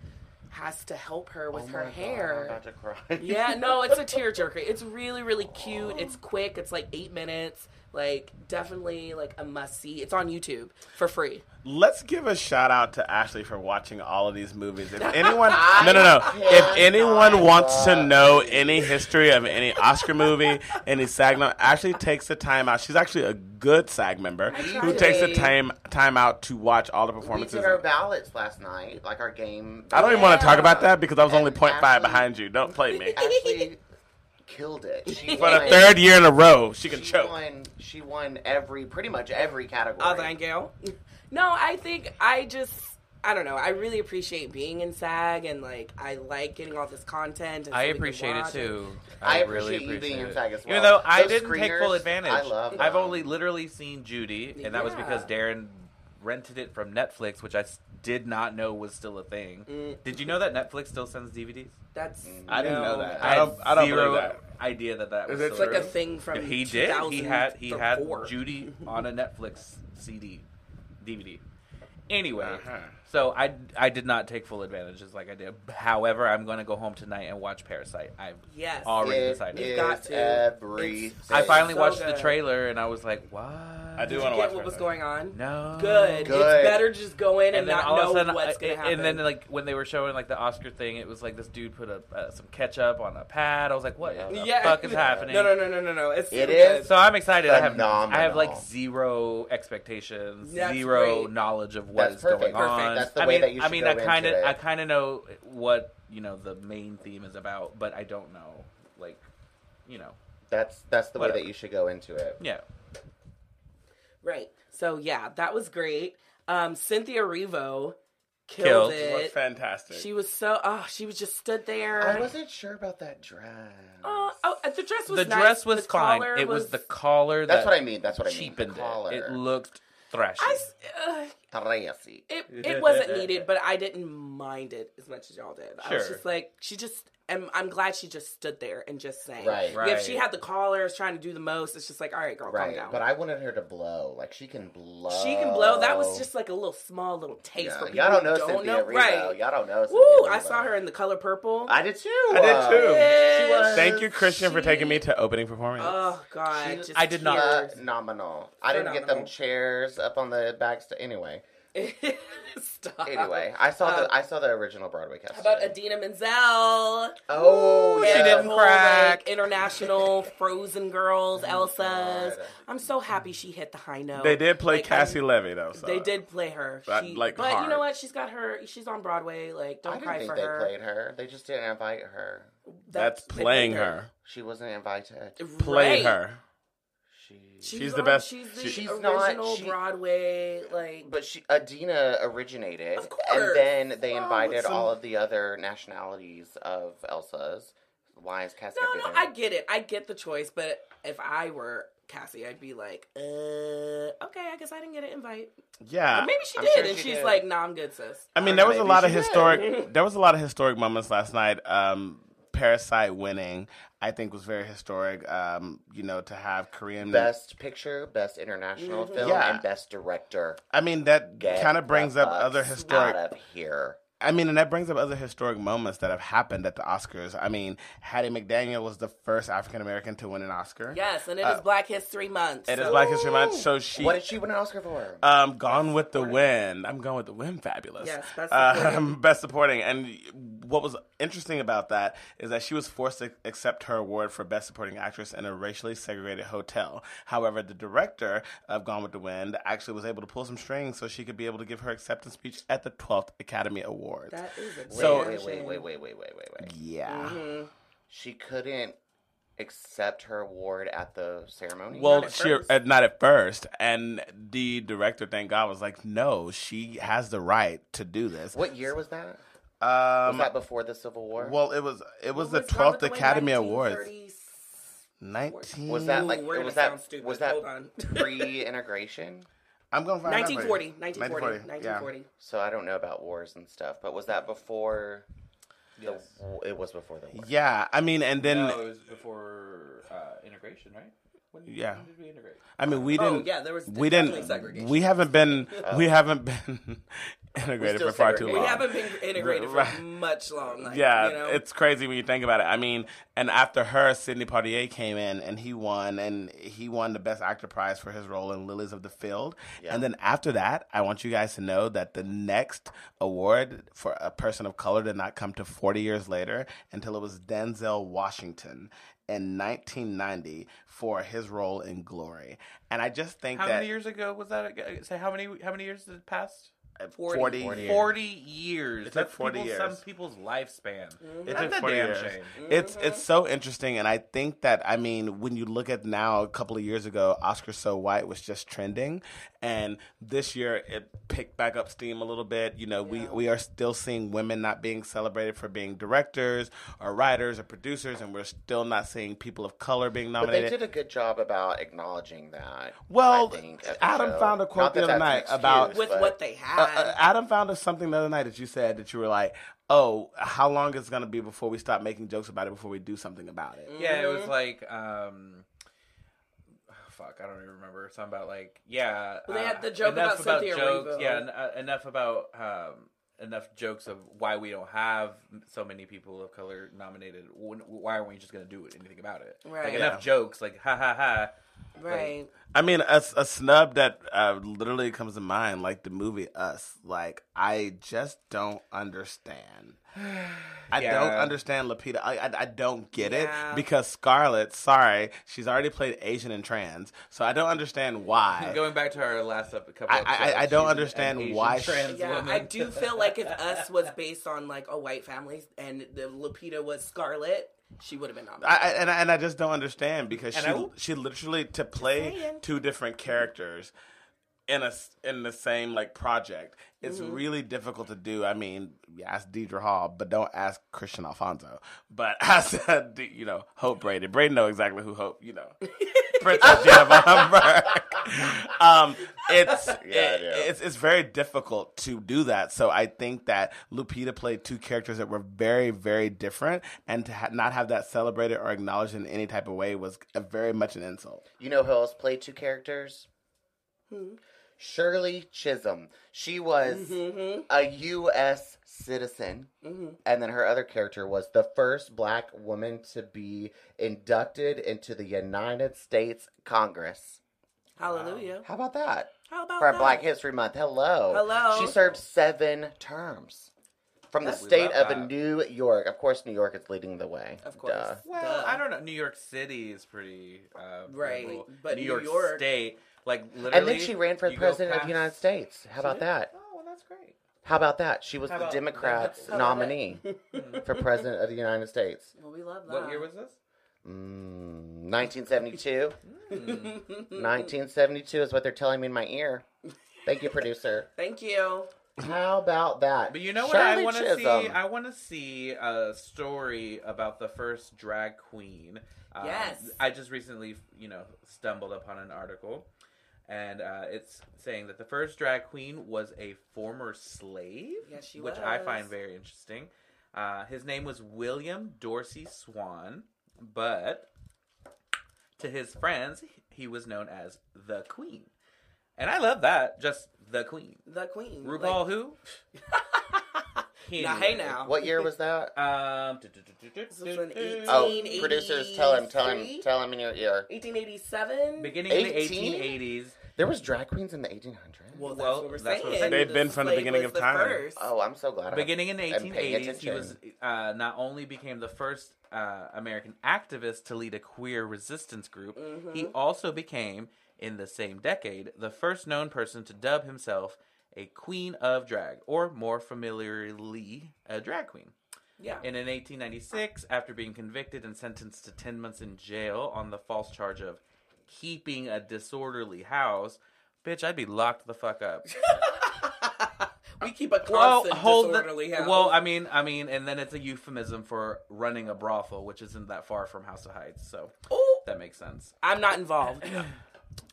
Speaker 2: has to help her with
Speaker 1: Oh
Speaker 2: her
Speaker 1: my God,
Speaker 2: hair.
Speaker 1: I'm about to cry.
Speaker 2: Yeah, no, it's a tearjerker. It's really, really cute. It's quick. It's like eight minutes. Like definitely like a must see. It's on YouTube for free.
Speaker 4: Let's give a shout out to Ashley for watching all of these movies. If anyone, no, no, no. If anyone wants to know any history of any Oscar movie, any SAG, member, Ashley takes the time out. She's actually a good SAG member who takes the time time out to watch all the
Speaker 1: we
Speaker 4: performances.
Speaker 1: did our ballots last night, like our game.
Speaker 4: I don't even want to talk about that because I was only
Speaker 1: And
Speaker 4: 0.5
Speaker 1: Ashley-
Speaker 4: behind you. Don't play me.
Speaker 1: Ashley killed it. She
Speaker 4: For the
Speaker 1: won-
Speaker 4: third year in a row, she can
Speaker 1: she
Speaker 4: choke.
Speaker 1: Won, she won every, pretty much every category.
Speaker 2: Oh, thank you. No, I think I just I don't know. I really appreciate being in SAG and like I like getting all this content. And
Speaker 3: I
Speaker 2: so we can
Speaker 3: appreciate it
Speaker 2: watch
Speaker 3: too.
Speaker 1: I
Speaker 3: really
Speaker 1: appreciate you being
Speaker 3: appreciate
Speaker 1: in
Speaker 3: it.
Speaker 1: SAG as
Speaker 3: Even
Speaker 1: well.
Speaker 3: though I
Speaker 1: Those
Speaker 3: didn't take full
Speaker 1: screeners,
Speaker 3: advantage.
Speaker 1: I love
Speaker 3: I've
Speaker 1: them.
Speaker 3: only literally seen Judy, and that was
Speaker 2: Yeah.
Speaker 3: because Darren rented it from Netflix, which I s- did not know was still a thing.
Speaker 2: Mm.
Speaker 3: Did you know that Netflix still sends DVDs?
Speaker 2: That's
Speaker 4: I didn't
Speaker 2: Mm, no.
Speaker 4: know that. I don't. I don't
Speaker 3: zero
Speaker 4: believe that.
Speaker 3: idea that that
Speaker 4: Is
Speaker 3: was
Speaker 4: it
Speaker 2: It's
Speaker 3: still
Speaker 2: like a
Speaker 3: true.
Speaker 2: thing from
Speaker 3: he did. He had he had
Speaker 2: 2004.
Speaker 3: Judy on a Netflix CD, DVD. Anyway,
Speaker 4: Uh-huh.
Speaker 3: so I I did not take full advantages like I did. However, I'm going to go home tonight and watch Parasite. I've
Speaker 2: Yes.
Speaker 3: already
Speaker 1: It
Speaker 3: decided.
Speaker 1: is
Speaker 2: got to.
Speaker 1: everything.
Speaker 2: It's-
Speaker 3: I finally
Speaker 2: so
Speaker 3: watched
Speaker 2: good.
Speaker 3: the trailer and I was like, what?
Speaker 4: I do
Speaker 2: Did
Speaker 4: want
Speaker 2: you
Speaker 4: to watch
Speaker 2: get what was
Speaker 4: Parasite.
Speaker 2: going on?
Speaker 3: No.
Speaker 2: Oh, Good.
Speaker 1: Good.
Speaker 2: It's better to just go in and,
Speaker 3: And then
Speaker 2: not
Speaker 3: all of
Speaker 2: know
Speaker 3: a sudden,
Speaker 2: what's
Speaker 3: I-
Speaker 2: gonna happen.
Speaker 3: and then like when they were showing like the Oscar thing, it was like this dude put a, uh, some ketchup on a pad. I was like, what the fuck is happening?
Speaker 2: No, no, no, no, no, no. It's
Speaker 1: It
Speaker 2: super
Speaker 1: is.
Speaker 2: good.
Speaker 3: So I'm excited. I have I have
Speaker 1: Phenomenal.
Speaker 3: like zero expectations,
Speaker 2: That's
Speaker 3: zero
Speaker 2: great.
Speaker 3: knowledge of what
Speaker 1: That's
Speaker 3: is
Speaker 1: perfect.
Speaker 3: going on.
Speaker 1: That's the
Speaker 3: I
Speaker 1: way
Speaker 3: mean,
Speaker 1: that you
Speaker 3: I
Speaker 1: should
Speaker 3: mean,
Speaker 1: go
Speaker 3: I kind
Speaker 1: into
Speaker 3: of
Speaker 1: it.
Speaker 3: I kind of know what you know the main theme is about, but I don't know like you know
Speaker 1: That's that's the way
Speaker 3: Whatever.
Speaker 1: that you should go into it.
Speaker 3: yeah.
Speaker 2: Right. So yeah, that was great. Um, Cynthia Revo killed,
Speaker 3: Killed.
Speaker 4: It was
Speaker 2: it.
Speaker 4: fantastic.
Speaker 2: She was so oh, she was just stood there.
Speaker 1: I wasn't sure about that dress.
Speaker 2: oh, oh, the dress was
Speaker 3: The
Speaker 2: nice.
Speaker 3: dress was
Speaker 2: the
Speaker 3: fine.
Speaker 2: collar
Speaker 3: It was, the collar
Speaker 1: that's
Speaker 3: that
Speaker 1: what I mean. That's what I mean. The
Speaker 3: cheapened
Speaker 1: collar.
Speaker 3: it. It looked thrashy.
Speaker 2: I s- uh,
Speaker 1: Dressy.
Speaker 2: it it wasn't needed, but I didn't mind it as much as y'all did. I was
Speaker 3: Sure.
Speaker 2: just like, she just. And I'm glad she just stood there and just sang.
Speaker 1: Right.
Speaker 2: If she
Speaker 3: Right.
Speaker 2: had the collars trying to do the most, it's just like, all right, girl, calm
Speaker 1: Right,
Speaker 2: down.
Speaker 1: but I wanted her to blow. Like she can blow.
Speaker 2: She can blow. That was just like a little small little taste
Speaker 1: Oh. Yeah.
Speaker 2: for people.
Speaker 1: Y'all don't know
Speaker 2: who don't
Speaker 1: Cynthia
Speaker 2: know.
Speaker 1: Erivo.
Speaker 2: Right.
Speaker 1: Y'all don't know. Cynthia
Speaker 2: Woo! I
Speaker 1: Erivo.
Speaker 2: saw her in the color purple.
Speaker 1: I did too.
Speaker 4: I did too.
Speaker 1: She was-
Speaker 4: Thank you, Christian, for taking me to opening performance.
Speaker 2: Oh God!
Speaker 1: She-
Speaker 2: just
Speaker 3: I did not.
Speaker 2: tears.
Speaker 1: Phenomenal. I didn't get them
Speaker 2: Phenomenal. Uh,
Speaker 1: chairs up on the backstage. Anyway,
Speaker 2: Stop.
Speaker 1: anyway, I saw
Speaker 2: Um,
Speaker 1: the I saw the original Broadway cast.
Speaker 2: How about Adina Menzel?
Speaker 1: Oh,
Speaker 3: Ooh, she
Speaker 1: yeah.
Speaker 3: didn't
Speaker 2: Whole,
Speaker 3: crack.
Speaker 2: like, international Frozen girls, Elsa's.
Speaker 1: Oh, God.
Speaker 2: I'm so happy she hit the high note.
Speaker 4: They did play
Speaker 2: Like, I'm-
Speaker 4: Cassie Levy though. So.
Speaker 2: They did play her.
Speaker 4: But,
Speaker 2: She-
Speaker 4: like,
Speaker 2: but you
Speaker 4: hard.
Speaker 2: know what? She's got her. She's on Broadway. Like,
Speaker 1: I
Speaker 2: don't
Speaker 1: didn't
Speaker 2: cry
Speaker 1: think
Speaker 2: for
Speaker 1: they
Speaker 2: her.
Speaker 1: played her. They just didn't invite her.
Speaker 4: That's
Speaker 2: they played
Speaker 4: playing her.
Speaker 1: She wasn't invited.
Speaker 4: Play
Speaker 2: Right.
Speaker 4: her.
Speaker 1: She
Speaker 4: She's the
Speaker 2: on-
Speaker 4: best.
Speaker 2: She's the
Speaker 4: She-
Speaker 1: She's
Speaker 2: original
Speaker 1: not- she-
Speaker 2: Broadway. Like,
Speaker 1: But she, Adina originated,
Speaker 2: Of
Speaker 1: and
Speaker 2: course.
Speaker 1: then they
Speaker 2: Oh,
Speaker 1: invited
Speaker 4: it's a-
Speaker 1: all of the other nationalities of Elsa's lions, cast.
Speaker 2: no, no,
Speaker 1: everything.
Speaker 2: I get it. I get the choice, but if I were Cassie, I'd be like, uh, okay, I guess I didn't get an invite.
Speaker 4: Yeah.
Speaker 2: Or maybe she
Speaker 1: I'm
Speaker 2: did,
Speaker 1: sure
Speaker 2: and
Speaker 1: she
Speaker 2: she's
Speaker 1: did.
Speaker 2: like, "Nah, I'm good, sis."
Speaker 4: I mean, there was a
Speaker 1: Maybe
Speaker 4: lot of
Speaker 1: she did.
Speaker 4: historic. There was a lot of historic moments last night. Um, Parasite winning, I think, was very historic. Um, you know, to have Korean.
Speaker 1: Best picture, best international
Speaker 2: Mm-hmm.
Speaker 1: film,
Speaker 4: Yeah.
Speaker 1: and best director.
Speaker 4: I mean, that
Speaker 1: Get
Speaker 4: kind of brings
Speaker 1: the
Speaker 4: up
Speaker 1: fuck
Speaker 4: other historic.
Speaker 1: Out of here.
Speaker 4: I mean, and that brings up other historic moments that have happened at the Oscars. I mean, Hattie McDaniel was the first African American to win an Oscar.
Speaker 2: Yes, and it is Black History Month.
Speaker 4: uh, It is
Speaker 2: so-
Speaker 4: Black History Month, so she
Speaker 1: What did she win an Oscar for?
Speaker 4: Um, Gone with the Wind. I'm going with the wind. Fabulous.
Speaker 2: Yes, best
Speaker 4: um, best supporting. And what was interesting about that is that she was forced to accept her award for best supporting actress in a racially segregated hotel. However, the director of Gone with the Wind actually was able to pull some strings so she could be able to give her acceptance speech at the 12th Academy Awards.
Speaker 2: that mm-hmm. is a
Speaker 4: so-
Speaker 1: wait,
Speaker 2: damn
Speaker 1: wait,
Speaker 2: shame.
Speaker 1: wait, wait, wait, wait, wait, wait, wait.
Speaker 4: yeah.
Speaker 1: She couldn't accept her award at the ceremony.
Speaker 4: Well,
Speaker 2: Not at
Speaker 4: she
Speaker 2: first.
Speaker 4: uh, not at first, and the director, thank God, was like, "No, she has the right to do this."
Speaker 1: what year was that? Was
Speaker 4: Um,
Speaker 1: that before the Civil War?
Speaker 4: Well, it was it was the
Speaker 2: What Robert
Speaker 4: twelfth
Speaker 2: Dwayne
Speaker 4: Academy
Speaker 2: 1930s?
Speaker 4: Awards. Nineteen.
Speaker 1: was that like
Speaker 2: Ooh, we're
Speaker 1: was that
Speaker 2: gonna sound stupid.
Speaker 1: was that
Speaker 2: Hold on.
Speaker 1: pre-integration?
Speaker 4: I'm going to find out for you.
Speaker 2: 1940, 1940,
Speaker 4: 1940, yeah.
Speaker 2: 1940.
Speaker 1: So I don't know about wars and stuff, but was that before? The, w- it was before the war.
Speaker 4: Yeah, I mean, and then
Speaker 3: No, it was before uh, integration, right? When,
Speaker 4: Yeah.
Speaker 3: When did we integrate?
Speaker 4: I mean, we
Speaker 2: Oh
Speaker 4: didn't.
Speaker 2: yeah, there was
Speaker 4: we
Speaker 2: definitely
Speaker 4: didn't.
Speaker 2: segregation. Oh.
Speaker 4: We haven't been. We haven't been integrated
Speaker 1: still
Speaker 4: for far too
Speaker 1: segregated.
Speaker 4: long.
Speaker 2: We haven't been integrated for
Speaker 4: Right.
Speaker 2: much long. Like,
Speaker 4: yeah,
Speaker 2: you know?
Speaker 4: it's crazy when you think about it. I mean, and after her, Sidney Poitier came in and he won, and he won the Best Actor prize for his role in Lilies of the Field.
Speaker 1: Yeah.
Speaker 4: And then after that, I want you guys to know that the next award for a person of color did not come to 40 years later until it was Denzel Washington in 1990 for his role in Glory. And I just think
Speaker 3: How
Speaker 4: that
Speaker 3: many years ago was that? ag- Say how many? How many years did it pass?
Speaker 2: 40.
Speaker 4: 40,
Speaker 1: Yeah.
Speaker 3: Forty years.
Speaker 4: It took
Speaker 3: That's
Speaker 4: 40
Speaker 3: people's- Some
Speaker 4: years.
Speaker 3: people's lifespan.
Speaker 2: Mm-hmm.
Speaker 4: It
Speaker 3: That's
Speaker 4: took
Speaker 3: a
Speaker 4: 40
Speaker 3: damn
Speaker 4: years.
Speaker 3: shame.
Speaker 4: It's
Speaker 1: Mm-hmm.
Speaker 4: it's so interesting, and I think that I mean when you look at now, a couple of years ago, Oscar So White was just trending, and this year it picked back up steam a little bit. You know, we we are still seeing women not being celebrated for being directors or writers or producers, and we're still not seeing people of color being
Speaker 1: But
Speaker 4: nominated.
Speaker 1: they did a good job about acknowledging that.
Speaker 4: Well,
Speaker 1: I think, at the
Speaker 4: Adam
Speaker 1: show.
Speaker 4: found a quote
Speaker 1: Not that
Speaker 4: the other
Speaker 1: that's an
Speaker 4: night about-
Speaker 1: excuse,
Speaker 2: with
Speaker 1: but-
Speaker 2: what they had.
Speaker 4: Uh, uh, Adam found us something the other night that you said that you were like, "Oh, how long is it gonna be before we stop making jokes about it? Before we do something about it?"
Speaker 3: Yeah, it was
Speaker 2: Mm-hmm.
Speaker 3: like, um, oh, fuck, I don't even remember. Something about like, yeah,
Speaker 2: Well, they had the
Speaker 3: uh,
Speaker 2: joke
Speaker 3: enough
Speaker 2: about Cynthia
Speaker 3: jokes.
Speaker 2: Erivo.
Speaker 3: Yeah, en- uh, enough about um, enough jokes of why we don't have so many people of color nominated. When, why aren't we just gonna do anything about it?
Speaker 2: Right.
Speaker 3: Like enough jokes. Like ha ha ha.
Speaker 2: right.
Speaker 4: I mean, a, a snub that uh, literally comes to mind, like the movie Us. Like, I just don't understand. I
Speaker 3: Yeah.
Speaker 4: don't understand Lapita. I, I, I don't get
Speaker 2: Yeah.
Speaker 4: it because Scarlett, sorry, she's already played Asian and trans, so I don't understand why.
Speaker 3: Going back to our last ep- couple,
Speaker 4: I- I- I- I don't
Speaker 3: episodes, she's an-
Speaker 4: understand
Speaker 3: an Asian
Speaker 4: why she-
Speaker 3: trans
Speaker 2: Yeah,
Speaker 3: woman.
Speaker 2: I do feel like if Us was based on like a white family and the Lupita was Scarlet, she would have been
Speaker 4: I,
Speaker 2: nominated.
Speaker 4: I, and, I, and I just don't understand because
Speaker 3: And
Speaker 4: she
Speaker 3: I will-
Speaker 4: she literally to play
Speaker 2: saying.
Speaker 4: two different characters in a s- in the same like project. It's really difficult to do. I mean, yeah, ask Deidre Hall, but don't ask Christian Alfonso. But ask uh, D- you know Hope Braden. Braden know exactly who Hope. You know Princess Jenna Von Berg. Um, it's
Speaker 1: Yeah, I
Speaker 4: it-
Speaker 1: do.
Speaker 4: it's it's very difficult to do that. So I think that Lupita played two characters that were very very different, and to ha- not have that celebrated or acknowledged in any type of way was a, very much an insult.
Speaker 1: You know who else played two characters? Shirley Chisholm. She was
Speaker 2: Mm-hmm.
Speaker 1: a U.S. citizen, and then her other character was the first black woman to be inducted into the United States Congress.
Speaker 2: Hallelujah.
Speaker 1: How about that
Speaker 2: How about
Speaker 1: for
Speaker 3: Oh,
Speaker 2: that?
Speaker 1: Black History Month? Hello.
Speaker 2: Hello.
Speaker 1: She served seven terms from the
Speaker 2: That's-
Speaker 3: We
Speaker 1: state
Speaker 3: love
Speaker 1: of
Speaker 3: that.
Speaker 1: New York. Of course, New York is leading the way.
Speaker 2: Of course.
Speaker 1: Duh.
Speaker 3: Well,
Speaker 2: Duh.
Speaker 3: I don't know. New York City is pretty uh,
Speaker 2: Right,
Speaker 3: liberal.
Speaker 2: but
Speaker 3: New
Speaker 2: New
Speaker 3: York,
Speaker 2: York-
Speaker 3: State, like literally,
Speaker 1: And then she ran for the
Speaker 3: you go
Speaker 1: president of
Speaker 3: past-
Speaker 1: the United States. How about
Speaker 3: did?
Speaker 1: that?
Speaker 3: Oh, well, that's great.
Speaker 1: How about that? She was
Speaker 3: How
Speaker 1: the
Speaker 3: about
Speaker 1: Democrats'
Speaker 3: that?
Speaker 1: nominee for president of the United States.
Speaker 2: Well, we love that.
Speaker 3: What year was this?
Speaker 1: Mm, 1972. 1972 is what they're telling me in my ear. Thank you, producer.
Speaker 2: Thank you.
Speaker 1: How about that?
Speaker 3: But you know what? I
Speaker 1: Shirley
Speaker 3: want to see.
Speaker 1: Chisholm.
Speaker 3: I want to see a story about the first drag queen. Um,
Speaker 2: Yes.
Speaker 3: I just recently, you know, stumbled upon an article, and uh, it's saying that the first drag queen was a former slave,
Speaker 2: Yes, she
Speaker 3: which I
Speaker 2: was.
Speaker 3: find very interesting. Uh, his name was William Dorsey Swan, but to his friends, he was known as the Queen, and I love that. Just the Queen,
Speaker 2: The queen.
Speaker 3: RuPaul, who?
Speaker 2: Like, now, hey,
Speaker 3: Anyway.
Speaker 2: now.
Speaker 1: What year was that?
Speaker 3: Um,
Speaker 2: This was in 18.
Speaker 1: Oh, producers, tell him, tell him,
Speaker 2: 1883?
Speaker 1: tell him in your ear.
Speaker 2: 1887.
Speaker 3: beginning of the
Speaker 1: 18?
Speaker 3: 1880s.
Speaker 1: There was drag queens in the 1800s.
Speaker 2: well, that's
Speaker 3: well,
Speaker 2: what we're
Speaker 3: that's what
Speaker 2: saying.
Speaker 3: I'm saying.
Speaker 4: They've been from the
Speaker 2: slave
Speaker 4: beginning
Speaker 2: was
Speaker 4: of
Speaker 2: the
Speaker 4: time.
Speaker 2: first.
Speaker 1: oh, I'm so glad. I-
Speaker 3: Beginning in the
Speaker 1: I'm paying
Speaker 3: 1880s, he was
Speaker 1: attention.
Speaker 3: uh, not only became the first uh, American activist to lead a queer resistance group,
Speaker 2: Mm-hmm.
Speaker 3: he also became, in the same decade, the first known person to dub himself a queen of drag, or more familiarly, a drag queen.
Speaker 2: Yeah.
Speaker 3: And in 1896, after being convicted and sentenced to 10 months in jail on the false charge of keeping a disorderly house, bitch, I'd be locked the fuck up.
Speaker 2: we keep a
Speaker 3: well,
Speaker 2: constant
Speaker 3: hold
Speaker 2: disorderly
Speaker 3: the,
Speaker 2: house.
Speaker 3: Well, I mean, I mean, and then it's a euphemism for running a brothel, which isn't that far from House of Heights, so
Speaker 2: Ooh,
Speaker 3: that makes sense.
Speaker 2: I'm not involved.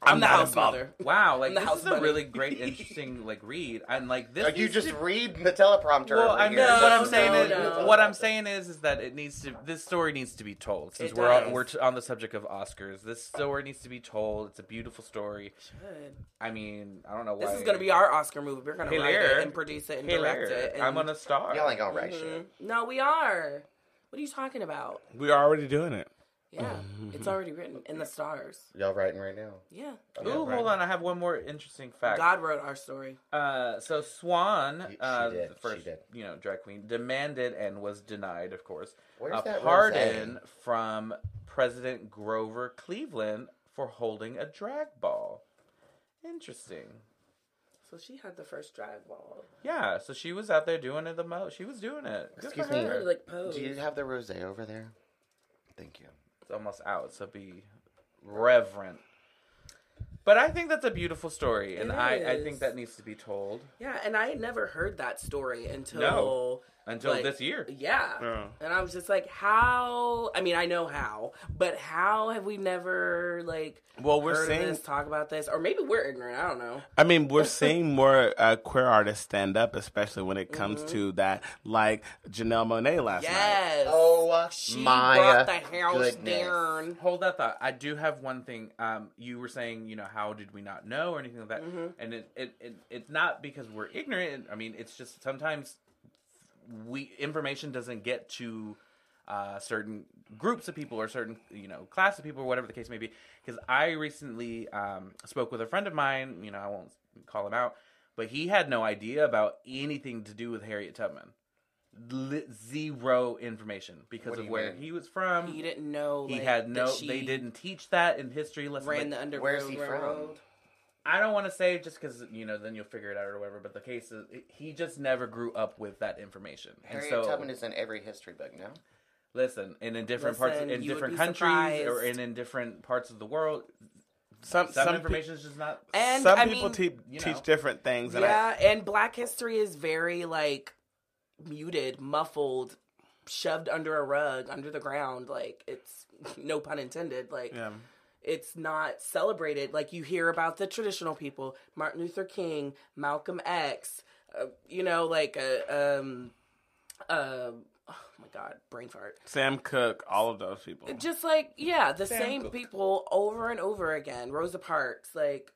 Speaker 2: I'm, the house mother.
Speaker 3: Wow, like
Speaker 2: And the
Speaker 3: this
Speaker 2: house
Speaker 3: is a
Speaker 2: bunny.
Speaker 3: really great, interesting like read, and like this.
Speaker 1: Are you
Speaker 3: needs
Speaker 1: just
Speaker 3: to-
Speaker 1: reading the teleprompter?
Speaker 3: well,
Speaker 1: over
Speaker 3: I mean,
Speaker 1: here?
Speaker 2: No,
Speaker 3: what I'm saying
Speaker 2: no,
Speaker 3: is,
Speaker 2: no.
Speaker 3: what I'm saying is, is that it needs to. This story needs to be told. Since
Speaker 2: It
Speaker 3: we're on,
Speaker 2: does.
Speaker 3: we're t- on the subject of Oscars, this story needs to be told. It's a beautiful story.
Speaker 2: Good.
Speaker 3: I mean, I don't know why.
Speaker 2: This is gonna be our Oscar movie. We're gonna
Speaker 3: Hey,
Speaker 2: write
Speaker 3: Lear.
Speaker 2: it and produce it and
Speaker 3: Hey,
Speaker 2: direct
Speaker 3: Larry,
Speaker 2: it. And...
Speaker 3: I'm gonna star.
Speaker 1: y'all ain't gonna write
Speaker 2: Mhm.
Speaker 1: shit.
Speaker 2: No, we are. What are you talking about?
Speaker 4: We're already doing it.
Speaker 2: Yeah, it's already written in the stars.
Speaker 1: Y'all writing right now.
Speaker 2: Yeah,
Speaker 3: Ooh, hold on. I have one more interesting fact.
Speaker 2: God wrote our story.
Speaker 3: Uh, so Swan,
Speaker 1: she
Speaker 3: uh,
Speaker 1: did,
Speaker 3: the
Speaker 1: she
Speaker 3: first
Speaker 1: did.
Speaker 3: you know drag queen, demanded and was denied, of course,
Speaker 1: Where's
Speaker 3: a
Speaker 1: that
Speaker 3: pardon
Speaker 1: rosé?
Speaker 3: from President Grover Cleveland for holding a drag ball. Interesting.
Speaker 2: So she had the first drag ball.
Speaker 3: Yeah, so she was out there doing it the most. She was doing it. Good for
Speaker 1: Excuse me.
Speaker 3: her.
Speaker 2: Really, like pose.
Speaker 1: Do you have the rosé over there? Thank you.
Speaker 3: It's almost out, so be reverent. But I think that's a beautiful story, and
Speaker 2: It
Speaker 3: I, I
Speaker 2: is.
Speaker 3: think that needs to be told
Speaker 2: Yeah, and I had never heard that story until
Speaker 3: No. until
Speaker 2: Like,
Speaker 3: this year.
Speaker 2: Yeah.
Speaker 4: Yeah.
Speaker 2: And I was just like, how? I mean, I know how, but how have we never like
Speaker 4: Well, we're
Speaker 2: heard of
Speaker 4: seeing-
Speaker 2: this, talk about this, or maybe we're ignorant. I don't know.
Speaker 4: I mean, we're seeing more uh, queer artists stand up, especially when it comes to that, like Janelle Monet last night.
Speaker 2: Yes.
Speaker 1: Oh,
Speaker 2: uh, she
Speaker 1: my
Speaker 2: brought the house
Speaker 1: goodness.
Speaker 2: down.
Speaker 3: Hold that thought. I do have one thing. Um, you were saying, you know, how did we not know or anything like that?
Speaker 1: Mm-hmm.
Speaker 3: And it, it, it it's not because we're ignorant. I mean, it's just sometimes we information doesn't get to uh, certain groups of people or certain you know class of people or whatever the case may be. Because I recently um, spoke with a friend of mine. You know, I won't call him out, but he had no idea about anything to do with Harriet Tubman. Li- zero information because
Speaker 1: What do
Speaker 3: of
Speaker 1: you
Speaker 3: where
Speaker 1: mean?
Speaker 3: he was from.
Speaker 2: He didn't know.
Speaker 3: He
Speaker 2: like,
Speaker 3: had
Speaker 2: that
Speaker 3: no.
Speaker 2: she
Speaker 3: They didn't teach that in history lessons.
Speaker 2: ran the
Speaker 3: Like,
Speaker 2: underground
Speaker 1: where's he from?
Speaker 2: railroad.
Speaker 3: I don't want to say just because you know, then you'll figure it out or whatever. But the case is, he just never grew up with that information.
Speaker 1: Harriet
Speaker 3: and so,
Speaker 1: Tubman is in every history book now.
Speaker 3: listen, and in different
Speaker 2: Listen,
Speaker 3: parts, in
Speaker 2: you would
Speaker 3: different
Speaker 2: be
Speaker 3: countries, or
Speaker 2: surprised.
Speaker 3: and in different parts of the world,
Speaker 4: Some
Speaker 3: some,
Speaker 4: some,
Speaker 3: information is just not.
Speaker 4: pe-
Speaker 2: And
Speaker 4: some
Speaker 2: I
Speaker 4: people
Speaker 2: mean,
Speaker 4: te-
Speaker 3: you know.
Speaker 4: teach different things, and I,
Speaker 2: yeah, and Black history is very like muted, muffled, shoved under a rug, under the ground. Like it's no pun intended. Like
Speaker 4: yeah.
Speaker 2: it's not celebrated. Like you hear about the traditional people, Martin Luther King, Malcolm X, uh, you know, like a um, uh, oh my god, brain fart.
Speaker 4: Sam Cooke, all of those people.
Speaker 2: Just like yeah, the
Speaker 3: Sam
Speaker 2: same
Speaker 3: Cooke.
Speaker 2: people over and over again. Rosa Parks, like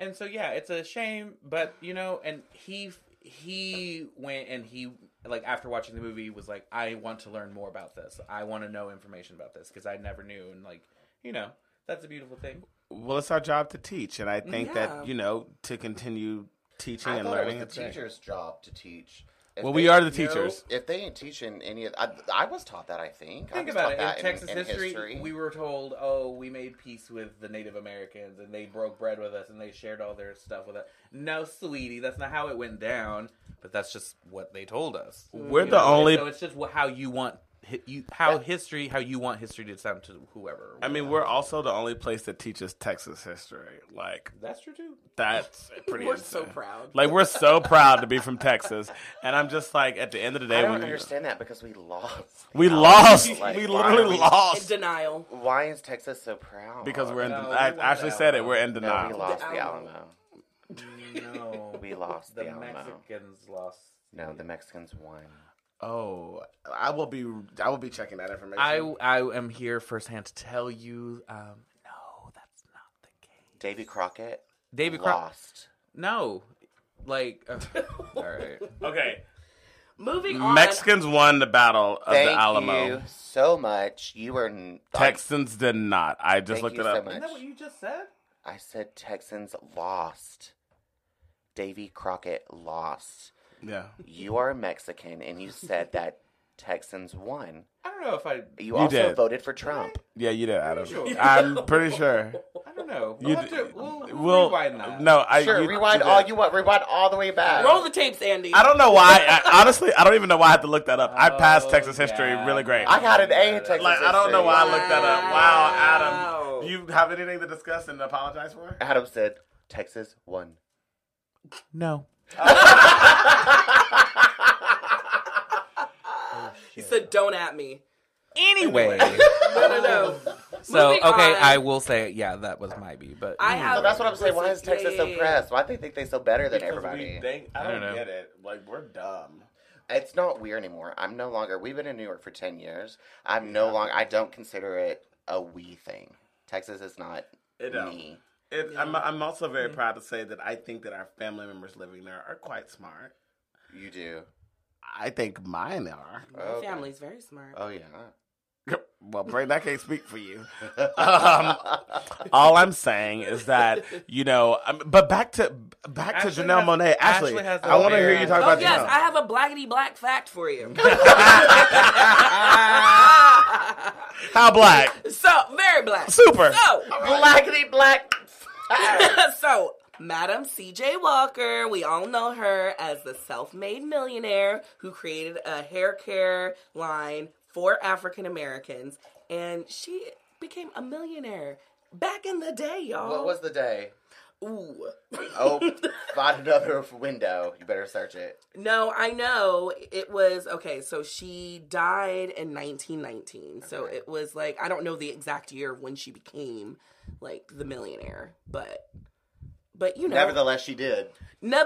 Speaker 3: And so yeah, it's a shame, but you know, and he he went and he like after watching the movie was like, I want to learn more about this. I want to know information about this because I never knew, and like you know, that's a beautiful thing.
Speaker 4: Well, it's our job to teach, and I think
Speaker 2: Yeah.
Speaker 4: that you know to continue teaching
Speaker 1: I
Speaker 4: and
Speaker 1: thought
Speaker 4: learning.
Speaker 1: it was
Speaker 4: it's
Speaker 1: the
Speaker 4: great.
Speaker 1: teacher's job to teach. If
Speaker 4: Well,
Speaker 1: they-
Speaker 4: we are the
Speaker 2: you know,
Speaker 4: teachers.
Speaker 1: If they ain't teaching any of, I, I was taught that. I think. I
Speaker 3: Think
Speaker 1: was
Speaker 3: about
Speaker 1: taught
Speaker 3: it.
Speaker 1: that
Speaker 3: In Texas
Speaker 1: in
Speaker 3: history, we were told, "Oh, we made peace with the Native Americans, and they broke bread with us, and they shared all their stuff with us." No, sweetie, that's not how it went down. But that's just what they told us.
Speaker 4: We're the only
Speaker 3: So it's just wh- how you want hi- you how history how you want history to sound to whoever.
Speaker 4: I mean, we're also the only place that teaches Texas history. Like
Speaker 3: that's true too.
Speaker 4: that's pretty.
Speaker 2: We're so
Speaker 4: insane.
Speaker 2: proud.
Speaker 4: Like we're so proud to be from Texas, and I'm just like at the end of the day,
Speaker 1: I don't
Speaker 4: when you-
Speaker 1: understand that because we lost.
Speaker 4: we lost.
Speaker 1: Like,
Speaker 4: we
Speaker 1: why are
Speaker 4: literally
Speaker 1: we-
Speaker 2: In
Speaker 4: lost
Speaker 2: denial.
Speaker 1: Why is Texas so proud?
Speaker 4: because we're in.
Speaker 3: No, we
Speaker 4: I
Speaker 3: won
Speaker 4: actually
Speaker 3: that
Speaker 4: said it.
Speaker 3: one.
Speaker 4: We're in denial.
Speaker 1: no, we lost the
Speaker 2: The
Speaker 1: Alamo.
Speaker 2: Alamo.
Speaker 3: No,
Speaker 1: We lost the,
Speaker 3: the
Speaker 1: Alamo.
Speaker 3: Mexicans lost.
Speaker 1: No, the Mexicans won.
Speaker 4: Oh, I will be. I will be checking that information.
Speaker 3: I I am here firsthand to tell you. Um, no, that's not the case.
Speaker 1: Davy Crockett
Speaker 3: David Cro-
Speaker 1: lost.
Speaker 3: No, like uh, all right.
Speaker 4: okay.
Speaker 2: Moving on.
Speaker 4: Mexicans won the battle of
Speaker 1: Thank
Speaker 4: the Alamo.
Speaker 1: you so much. You were n-
Speaker 4: Texans did not. I just
Speaker 1: Thank
Speaker 4: looked
Speaker 1: you
Speaker 4: it
Speaker 1: so
Speaker 4: up.
Speaker 1: much.
Speaker 3: you just said?
Speaker 1: I said Texans lost. Davy Crockett lost.
Speaker 4: Yeah.
Speaker 1: You are Mexican, and you said that Texans won.
Speaker 3: I don't know if I.
Speaker 1: You, also
Speaker 4: did.
Speaker 1: voted for Trump.
Speaker 4: Yeah, you did, Adam.
Speaker 3: sure.
Speaker 4: I'm pretty sure.
Speaker 3: I don't know.
Speaker 4: You
Speaker 3: we'll, have
Speaker 4: d-
Speaker 3: to, we'll, we'll
Speaker 4: Well,
Speaker 3: rewind that.
Speaker 4: no, I
Speaker 1: sure,
Speaker 4: Uh, you-
Speaker 1: rewind
Speaker 4: did.
Speaker 1: all you want. Rewind all the way back.
Speaker 2: Roll the tapes, Andy.
Speaker 4: I don't know why. I, honestly, I don't even know why I had to look that up. I passed
Speaker 3: Oh,
Speaker 4: Texas history
Speaker 3: yeah.
Speaker 4: really great.
Speaker 1: I got an A in Texas.
Speaker 4: like I don't know
Speaker 1: history.
Speaker 4: why I looked that up. Wow,
Speaker 2: Wow.
Speaker 4: Adam, you have anything to discuss and apologize for?
Speaker 1: Adam said Texas won.
Speaker 3: no.
Speaker 2: he said, "Don't at me."
Speaker 3: Anyway,
Speaker 2: No, no, no.
Speaker 3: so
Speaker 2: Moving on.
Speaker 3: okay, I will say yeah, that was my B, but
Speaker 2: I
Speaker 4: Hmm.
Speaker 3: mm.
Speaker 2: have-
Speaker 1: So that's what I'm saying. Why is
Speaker 2: Listen,
Speaker 1: Texas
Speaker 2: yeah,
Speaker 1: so
Speaker 2: yeah, yeah.
Speaker 1: pressed? Why do they think they so better than
Speaker 4: Because
Speaker 1: everybody?
Speaker 4: we think- I
Speaker 3: I
Speaker 4: don't
Speaker 3: don't know.
Speaker 4: get it. Like we're dumb.
Speaker 1: It's not weird anymore. I'm no longer. We've been in New York for ten years. I'm no longer. I don't consider it a we thing. Texas is not
Speaker 4: It don't.
Speaker 1: me.
Speaker 4: It, I'm, I'm also very proud to say that I think that our family members living there are quite smart.
Speaker 1: You do.
Speaker 4: I think mine are.
Speaker 2: My
Speaker 1: Okay.
Speaker 2: family's very smart.
Speaker 1: Oh yeah.
Speaker 4: Well, Brayden, I can't speak for you. Um, all I'm saying is that you know. um, But back to back to
Speaker 3: Ashley
Speaker 4: Janelle
Speaker 3: has-
Speaker 4: Monet. Ashley,
Speaker 3: Ashley has
Speaker 4: I want to
Speaker 3: a
Speaker 4: hear you
Speaker 3: very-
Speaker 4: talk
Speaker 2: Oh
Speaker 4: about
Speaker 2: yes,
Speaker 4: Janelle.
Speaker 2: I have a blackety black fact for you.
Speaker 4: How black?
Speaker 2: so very black.
Speaker 4: Super.
Speaker 2: So
Speaker 1: Blackety black.
Speaker 2: so Madam C.J. Walker, we all know her as the self-made millionaire who created a hair care line for African Americans, and she became a millionaire back in the day, y'all.
Speaker 1: what was the day?
Speaker 2: Ooh.
Speaker 1: Oh, find another window. You better search it.
Speaker 2: No, I know it was okay. So she died in 1919. So it was like I don't know the exact year of when she became like the millionaire, but but you know,
Speaker 1: Nevertheless, she did.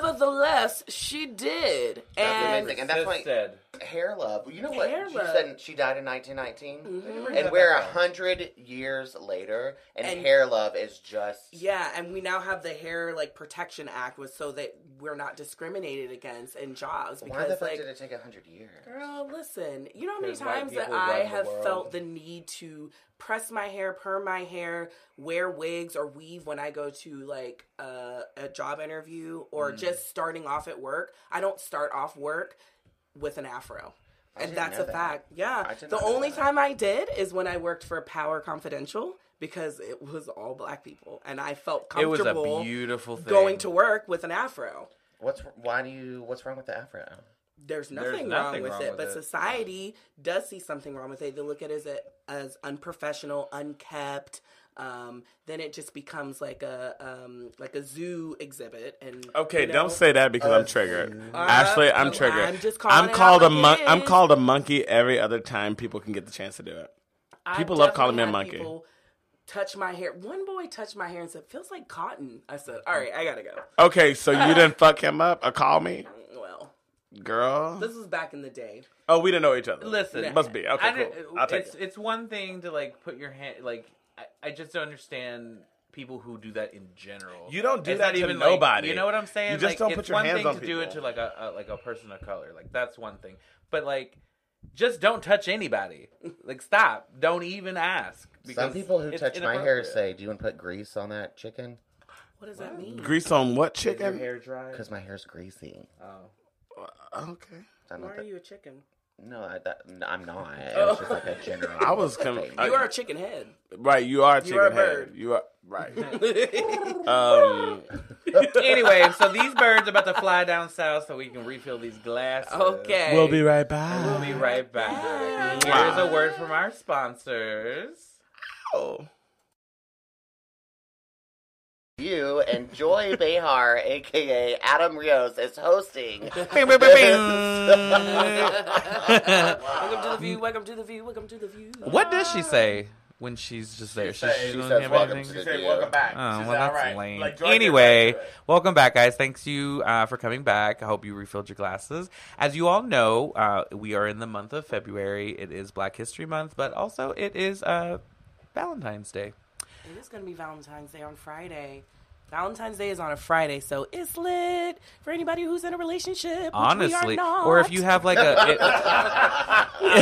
Speaker 2: nevertheless, she did.
Speaker 1: That's
Speaker 2: And
Speaker 1: amazing. And that's why
Speaker 3: said
Speaker 1: hair love. You know what?
Speaker 2: Hair
Speaker 1: she
Speaker 2: love. Mm-hmm.
Speaker 1: said she died in 1919, and
Speaker 3: that
Speaker 1: we're a
Speaker 3: back up.
Speaker 1: hundred years later, and,
Speaker 2: And-
Speaker 1: hair love is just
Speaker 2: yeah, and we now have the hair like protection act was so that we're not discriminated against in jobs
Speaker 1: Why the
Speaker 2: because
Speaker 1: fuck
Speaker 2: like
Speaker 1: did it take a hundred years?
Speaker 2: Girl, listen. You know how many
Speaker 3: 'Cause white
Speaker 2: times that
Speaker 3: people run
Speaker 2: I
Speaker 3: the
Speaker 2: have
Speaker 3: world.
Speaker 2: felt the need to press my hair, perm my hair, wear wigs or weave when I go to like a, a job interview or
Speaker 3: Mm.
Speaker 2: just starting off at work. I don't start off work with an afro. And
Speaker 1: didn't
Speaker 2: that's
Speaker 1: know
Speaker 2: a
Speaker 1: that.
Speaker 2: fact. Yeah.
Speaker 1: I did
Speaker 2: The
Speaker 1: not know
Speaker 2: only
Speaker 1: that.
Speaker 2: time I did is when I worked for Power Confidential because it was all black people and I felt
Speaker 3: it was
Speaker 2: comfortable
Speaker 3: a beautiful thing.
Speaker 2: going to work with an afro.
Speaker 1: What's why do you? What's wrong with the afro?
Speaker 2: there's nothing, wrong
Speaker 3: nothing
Speaker 2: with
Speaker 3: wrong
Speaker 2: it,
Speaker 3: with
Speaker 2: but
Speaker 3: it.
Speaker 2: society does see something wrong with it. They look at it as, as unprofessional, unkept. Um, then it just becomes like a um, like a zoo exhibit. And
Speaker 4: Okay,
Speaker 2: you know, uh,
Speaker 4: don't say that because I'm triggered. Ashley, I'm
Speaker 2: I'm
Speaker 4: triggered.
Speaker 2: just calling
Speaker 4: I'm
Speaker 2: it out
Speaker 4: called a
Speaker 2: like it
Speaker 4: mon- I'm
Speaker 2: is.
Speaker 4: called a monkey every other time people can get the chance to do it.
Speaker 2: I've
Speaker 4: people love calling me a
Speaker 2: definitely had
Speaker 4: monkey.
Speaker 2: people Touch my hair. One boy touched my hair and said, "Feels like cotton." I said, "All right, I gotta go."
Speaker 4: Okay, so
Speaker 2: Uh,
Speaker 4: you didn't fuck him up or call me,
Speaker 2: Well,
Speaker 4: girl.
Speaker 2: this was back in the day.
Speaker 4: Oh, we didn't know each other.
Speaker 3: Listen,
Speaker 4: must be okay.
Speaker 3: I don't-
Speaker 4: Cool. I'll take
Speaker 3: it's
Speaker 4: it.
Speaker 3: it's one thing to like put your hand like I, I just don't understand people who do that in general.
Speaker 4: You don't do
Speaker 3: It's
Speaker 4: that
Speaker 3: not
Speaker 4: to
Speaker 3: even
Speaker 4: nobody.
Speaker 3: Like, you know what I'm saying?
Speaker 4: You just
Speaker 3: Like,
Speaker 4: don't
Speaker 3: it's
Speaker 4: put your
Speaker 3: one
Speaker 4: hands
Speaker 3: thing
Speaker 4: on
Speaker 3: to do it
Speaker 4: people.
Speaker 3: to like a, a like a person of color. Like that's one thing, but like. Just don't touch anybody. Like, stop. Don't even ask.
Speaker 1: Some people who
Speaker 3: it's
Speaker 1: touch my hair
Speaker 3: inappropriate.
Speaker 1: say, "Do you want to put grease on that chicken?"
Speaker 2: What does that mean?
Speaker 4: Grease on what
Speaker 3: Is your
Speaker 4: chicken?
Speaker 3: hair dry?
Speaker 1: Because my hair's greasy.
Speaker 3: Oh.
Speaker 4: Uh, Okay.
Speaker 1: I don't
Speaker 2: Why are
Speaker 1: thi-
Speaker 2: you a chicken?
Speaker 1: No, I, that, no, I'm not. It's just like a general.
Speaker 4: I was com-
Speaker 1: statement.
Speaker 4: I-
Speaker 2: You are a chicken head.
Speaker 4: Right, you are a chicken
Speaker 2: are a
Speaker 4: head.
Speaker 2: bird.
Speaker 4: You are right. um,
Speaker 3: anyway, so these birds are about to fly down south so we can refill these glasses.
Speaker 2: Okay.
Speaker 5: We'll be right back.
Speaker 3: We'll be right back.
Speaker 4: Wow.
Speaker 3: Here's a word from our sponsors.
Speaker 4: Oh.
Speaker 1: You and Joy Behar, aka Adam Rios, is hosting.
Speaker 2: Welcome to the view. Welcome to the view. Welcome to the view.
Speaker 3: What does she say when she's just there? She,
Speaker 4: says-
Speaker 3: she
Speaker 4: she
Speaker 3: doesn't
Speaker 1: says,
Speaker 3: have
Speaker 1: "Welcome
Speaker 3: anything?
Speaker 1: to
Speaker 4: She
Speaker 1: the
Speaker 4: said,
Speaker 1: deal.
Speaker 4: welcome back.
Speaker 3: Oh,
Speaker 4: She
Speaker 3: well,
Speaker 4: said,
Speaker 3: that's
Speaker 4: all right.
Speaker 3: lame.
Speaker 4: Like, Georgia,
Speaker 3: anyway,
Speaker 4: right to it.
Speaker 3: welcome back, guys. Thanks you uh, for coming back. I hope you refilled your glasses. As you all know, uh, we are in the month of February. It is Black History Month, but also it is uh, Valentine's Day.
Speaker 2: It is going to be Valentine's Day on Friday. Valentine's Day is on a Friday, so it's lit for anybody who's in a relationship. which we are
Speaker 3: Honestly,
Speaker 2: not.
Speaker 3: or if you have like a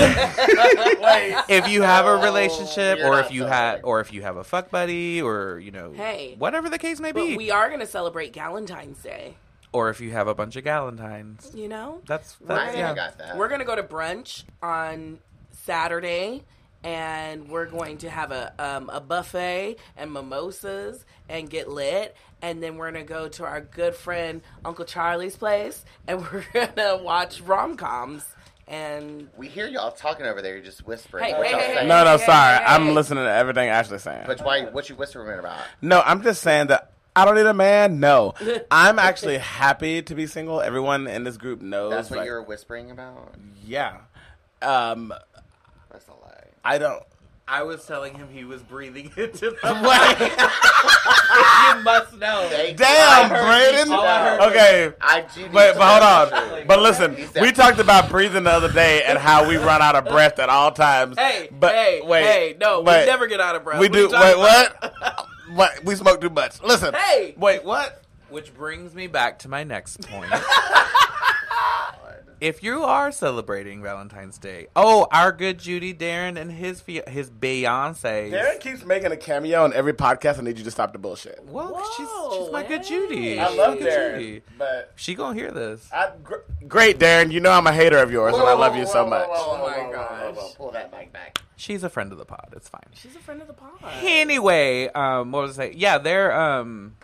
Speaker 4: Wait.
Speaker 3: if, if you have a relationship,
Speaker 1: You're
Speaker 3: or
Speaker 1: not
Speaker 3: if you
Speaker 1: so
Speaker 3: had,
Speaker 1: right.
Speaker 3: or if you have a fuck buddy, or you know,
Speaker 2: Hey.
Speaker 3: whatever the case may
Speaker 2: But
Speaker 3: be,
Speaker 2: we are going to celebrate Galentine's Day.
Speaker 3: or if you have a bunch of Galentines,
Speaker 2: You know,
Speaker 3: that's
Speaker 1: I
Speaker 3: that's yeah.
Speaker 1: got that.
Speaker 2: we're going to go to brunch on Saturday. And we're going to have a um, a buffet and mimosas and get lit, and then we're gonna go to our good friend Uncle Charlie's place, and we're gonna watch rom coms and
Speaker 1: we hear y'all talking over there. You're just whispering.
Speaker 2: Hey,
Speaker 1: what
Speaker 2: hey,
Speaker 1: y'all
Speaker 2: hey, hey,
Speaker 1: saying.
Speaker 4: No, no, sorry.
Speaker 2: Hey.
Speaker 4: I'm listening to everything Ashley's saying.
Speaker 1: But why? What you whispering about?
Speaker 4: No, I'm just saying that I don't need a man. No, I'm actually happy to be single. Everyone in this group knows.
Speaker 1: That's what
Speaker 4: like,
Speaker 1: you were whispering about.
Speaker 4: Yeah. Um,
Speaker 1: That's a lie.
Speaker 4: I don't.
Speaker 3: I was telling him he was breathing into the mic. you must know.
Speaker 1: Thank
Speaker 4: Damn,
Speaker 1: you. I heard
Speaker 4: Braden.
Speaker 1: you tell.
Speaker 4: Okay.
Speaker 1: I do. Need
Speaker 4: But, but
Speaker 1: to know the
Speaker 4: hold on.
Speaker 1: truth.
Speaker 4: But listen, we talked about breathing the other day and how we run out of breath at all times.
Speaker 2: Hey,
Speaker 4: but
Speaker 2: hey,
Speaker 4: wait,
Speaker 2: hey, no,
Speaker 4: but
Speaker 2: we never get out of breath.
Speaker 4: We
Speaker 2: What are you
Speaker 4: do.
Speaker 2: talking
Speaker 4: Wait,
Speaker 2: about?
Speaker 4: what? what? We smoke too much. Listen.
Speaker 2: Hey.
Speaker 4: Wait, what?
Speaker 3: Which brings me back to my next point. if you are celebrating Valentine's Day, oh, our good Judy Darren and his fia- his Beyonce.
Speaker 4: Darren keeps making a cameo on every podcast. I need you to stop the bullshit.
Speaker 3: Well, 'cause she's she's
Speaker 2: Whoa,
Speaker 3: my good Judy.
Speaker 2: hey.
Speaker 4: I
Speaker 3: She's
Speaker 4: love
Speaker 3: my good
Speaker 4: Darren,
Speaker 3: Judy.
Speaker 4: but
Speaker 3: She gonna hear this.
Speaker 4: I, gr- great, Darren. You know I'm a hater of yours, and I love you so much.
Speaker 2: Oh my gosh.
Speaker 1: Pull that mic back.
Speaker 3: She's a friend of the pod. It's fine.
Speaker 2: She's a friend of the pod.
Speaker 3: Anyway, um, what was I? Yeah, their um,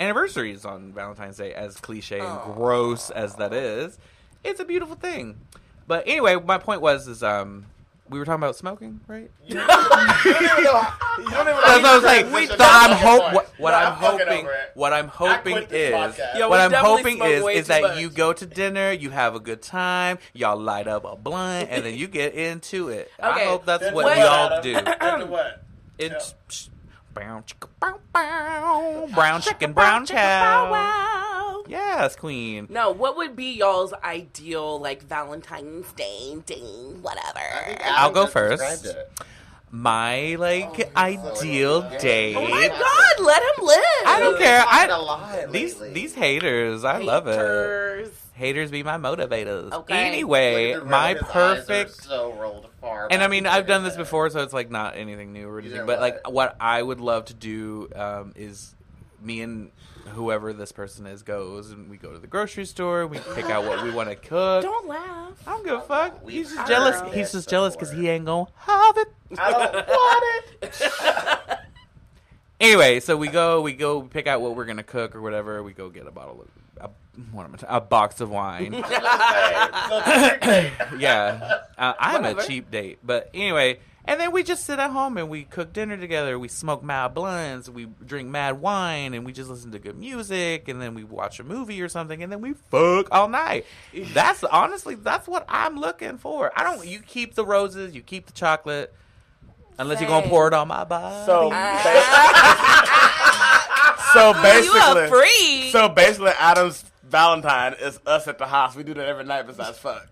Speaker 3: anniversaries on Valentine's Day, as cliche and
Speaker 4: Oh.
Speaker 3: gross as that is, it's a beautiful thing. But anyway, my point was is um, we were talking about smoking, right?
Speaker 4: You don't even
Speaker 3: That's what I was like.
Speaker 4: Transition
Speaker 3: so
Speaker 4: to
Speaker 3: I'm
Speaker 4: fucking
Speaker 3: hope
Speaker 4: point.
Speaker 3: what, what
Speaker 4: No,
Speaker 3: I'm,
Speaker 4: I'm fucking
Speaker 3: hoping
Speaker 4: over it.
Speaker 3: what I'm hoping
Speaker 4: quit
Speaker 3: is
Speaker 4: this podcast.
Speaker 2: Yo,
Speaker 3: what
Speaker 2: we
Speaker 3: I'm
Speaker 2: definitely
Speaker 3: hoping
Speaker 2: smoke
Speaker 3: is
Speaker 2: way
Speaker 3: is
Speaker 2: too
Speaker 3: that
Speaker 2: much.
Speaker 3: you go to dinner, you have a good time, y'all light up a blunt, and then you get into it. I
Speaker 2: Okay.
Speaker 3: hope that's
Speaker 4: Then
Speaker 3: what
Speaker 4: what?
Speaker 3: y'all do.
Speaker 4: Then what?
Speaker 3: It's psh, brown chicken, brown, brown, brown chicken, brown cow.
Speaker 2: Wow.
Speaker 3: Yes, queen.
Speaker 2: No, what would be y'all's ideal like Valentine's Day ding, whatever?
Speaker 3: I'll go
Speaker 1: just
Speaker 3: first.
Speaker 1: described it.
Speaker 3: My like ideal date.
Speaker 2: Oh my god, let him live.
Speaker 3: I don't care.
Speaker 1: Been a
Speaker 3: I
Speaker 1: lie
Speaker 3: these
Speaker 1: lately.
Speaker 3: these haters. I love it.
Speaker 2: Haters.
Speaker 3: Haters be my motivators.
Speaker 2: Okay.
Speaker 1: Look
Speaker 3: Anyway,
Speaker 1: at the road.
Speaker 3: my
Speaker 1: His eyes are
Speaker 3: perfect.
Speaker 1: So rolled far.
Speaker 3: And I
Speaker 1: back.
Speaker 3: mean,
Speaker 1: He's
Speaker 3: I've done this
Speaker 1: like that.
Speaker 3: before, so it's like not anything new or anything.
Speaker 1: done
Speaker 3: But like,
Speaker 1: what?
Speaker 3: what I would love to do um, is me and whoever this person is goes, and we go to the grocery store. We pick out what we want to cook.
Speaker 2: Don't laugh.
Speaker 3: I don't give a fuck.
Speaker 1: We've
Speaker 3: He's just
Speaker 1: heard
Speaker 3: jealous.
Speaker 2: this
Speaker 3: He's just jealous because
Speaker 1: before.
Speaker 3: he ain't gonna have it.
Speaker 4: I don't want it.
Speaker 3: Anyway, so we go, we go pick out what we're gonna cook or whatever. We go get a bottle of a, what am I ta- a box of wine. yeah, uh, I'm a
Speaker 2: Whatever.
Speaker 3: cheap date, but anyway. And then we just sit at home and we cook dinner together. We smoke mad blunts. We drink mad wine, and we just listen to good music. And then we watch a movie or something. And then we fuck all night. That's honestly that's what I'm looking for. I don't. You keep the roses. You keep the chocolate. Unless you're gonna
Speaker 2: Same.
Speaker 3: pour it on my body.
Speaker 4: So, ba- so
Speaker 2: you a
Speaker 4: basically,
Speaker 2: freak.
Speaker 4: so basically, Adam's Valentine is us at the house. We do that every night besides fuck.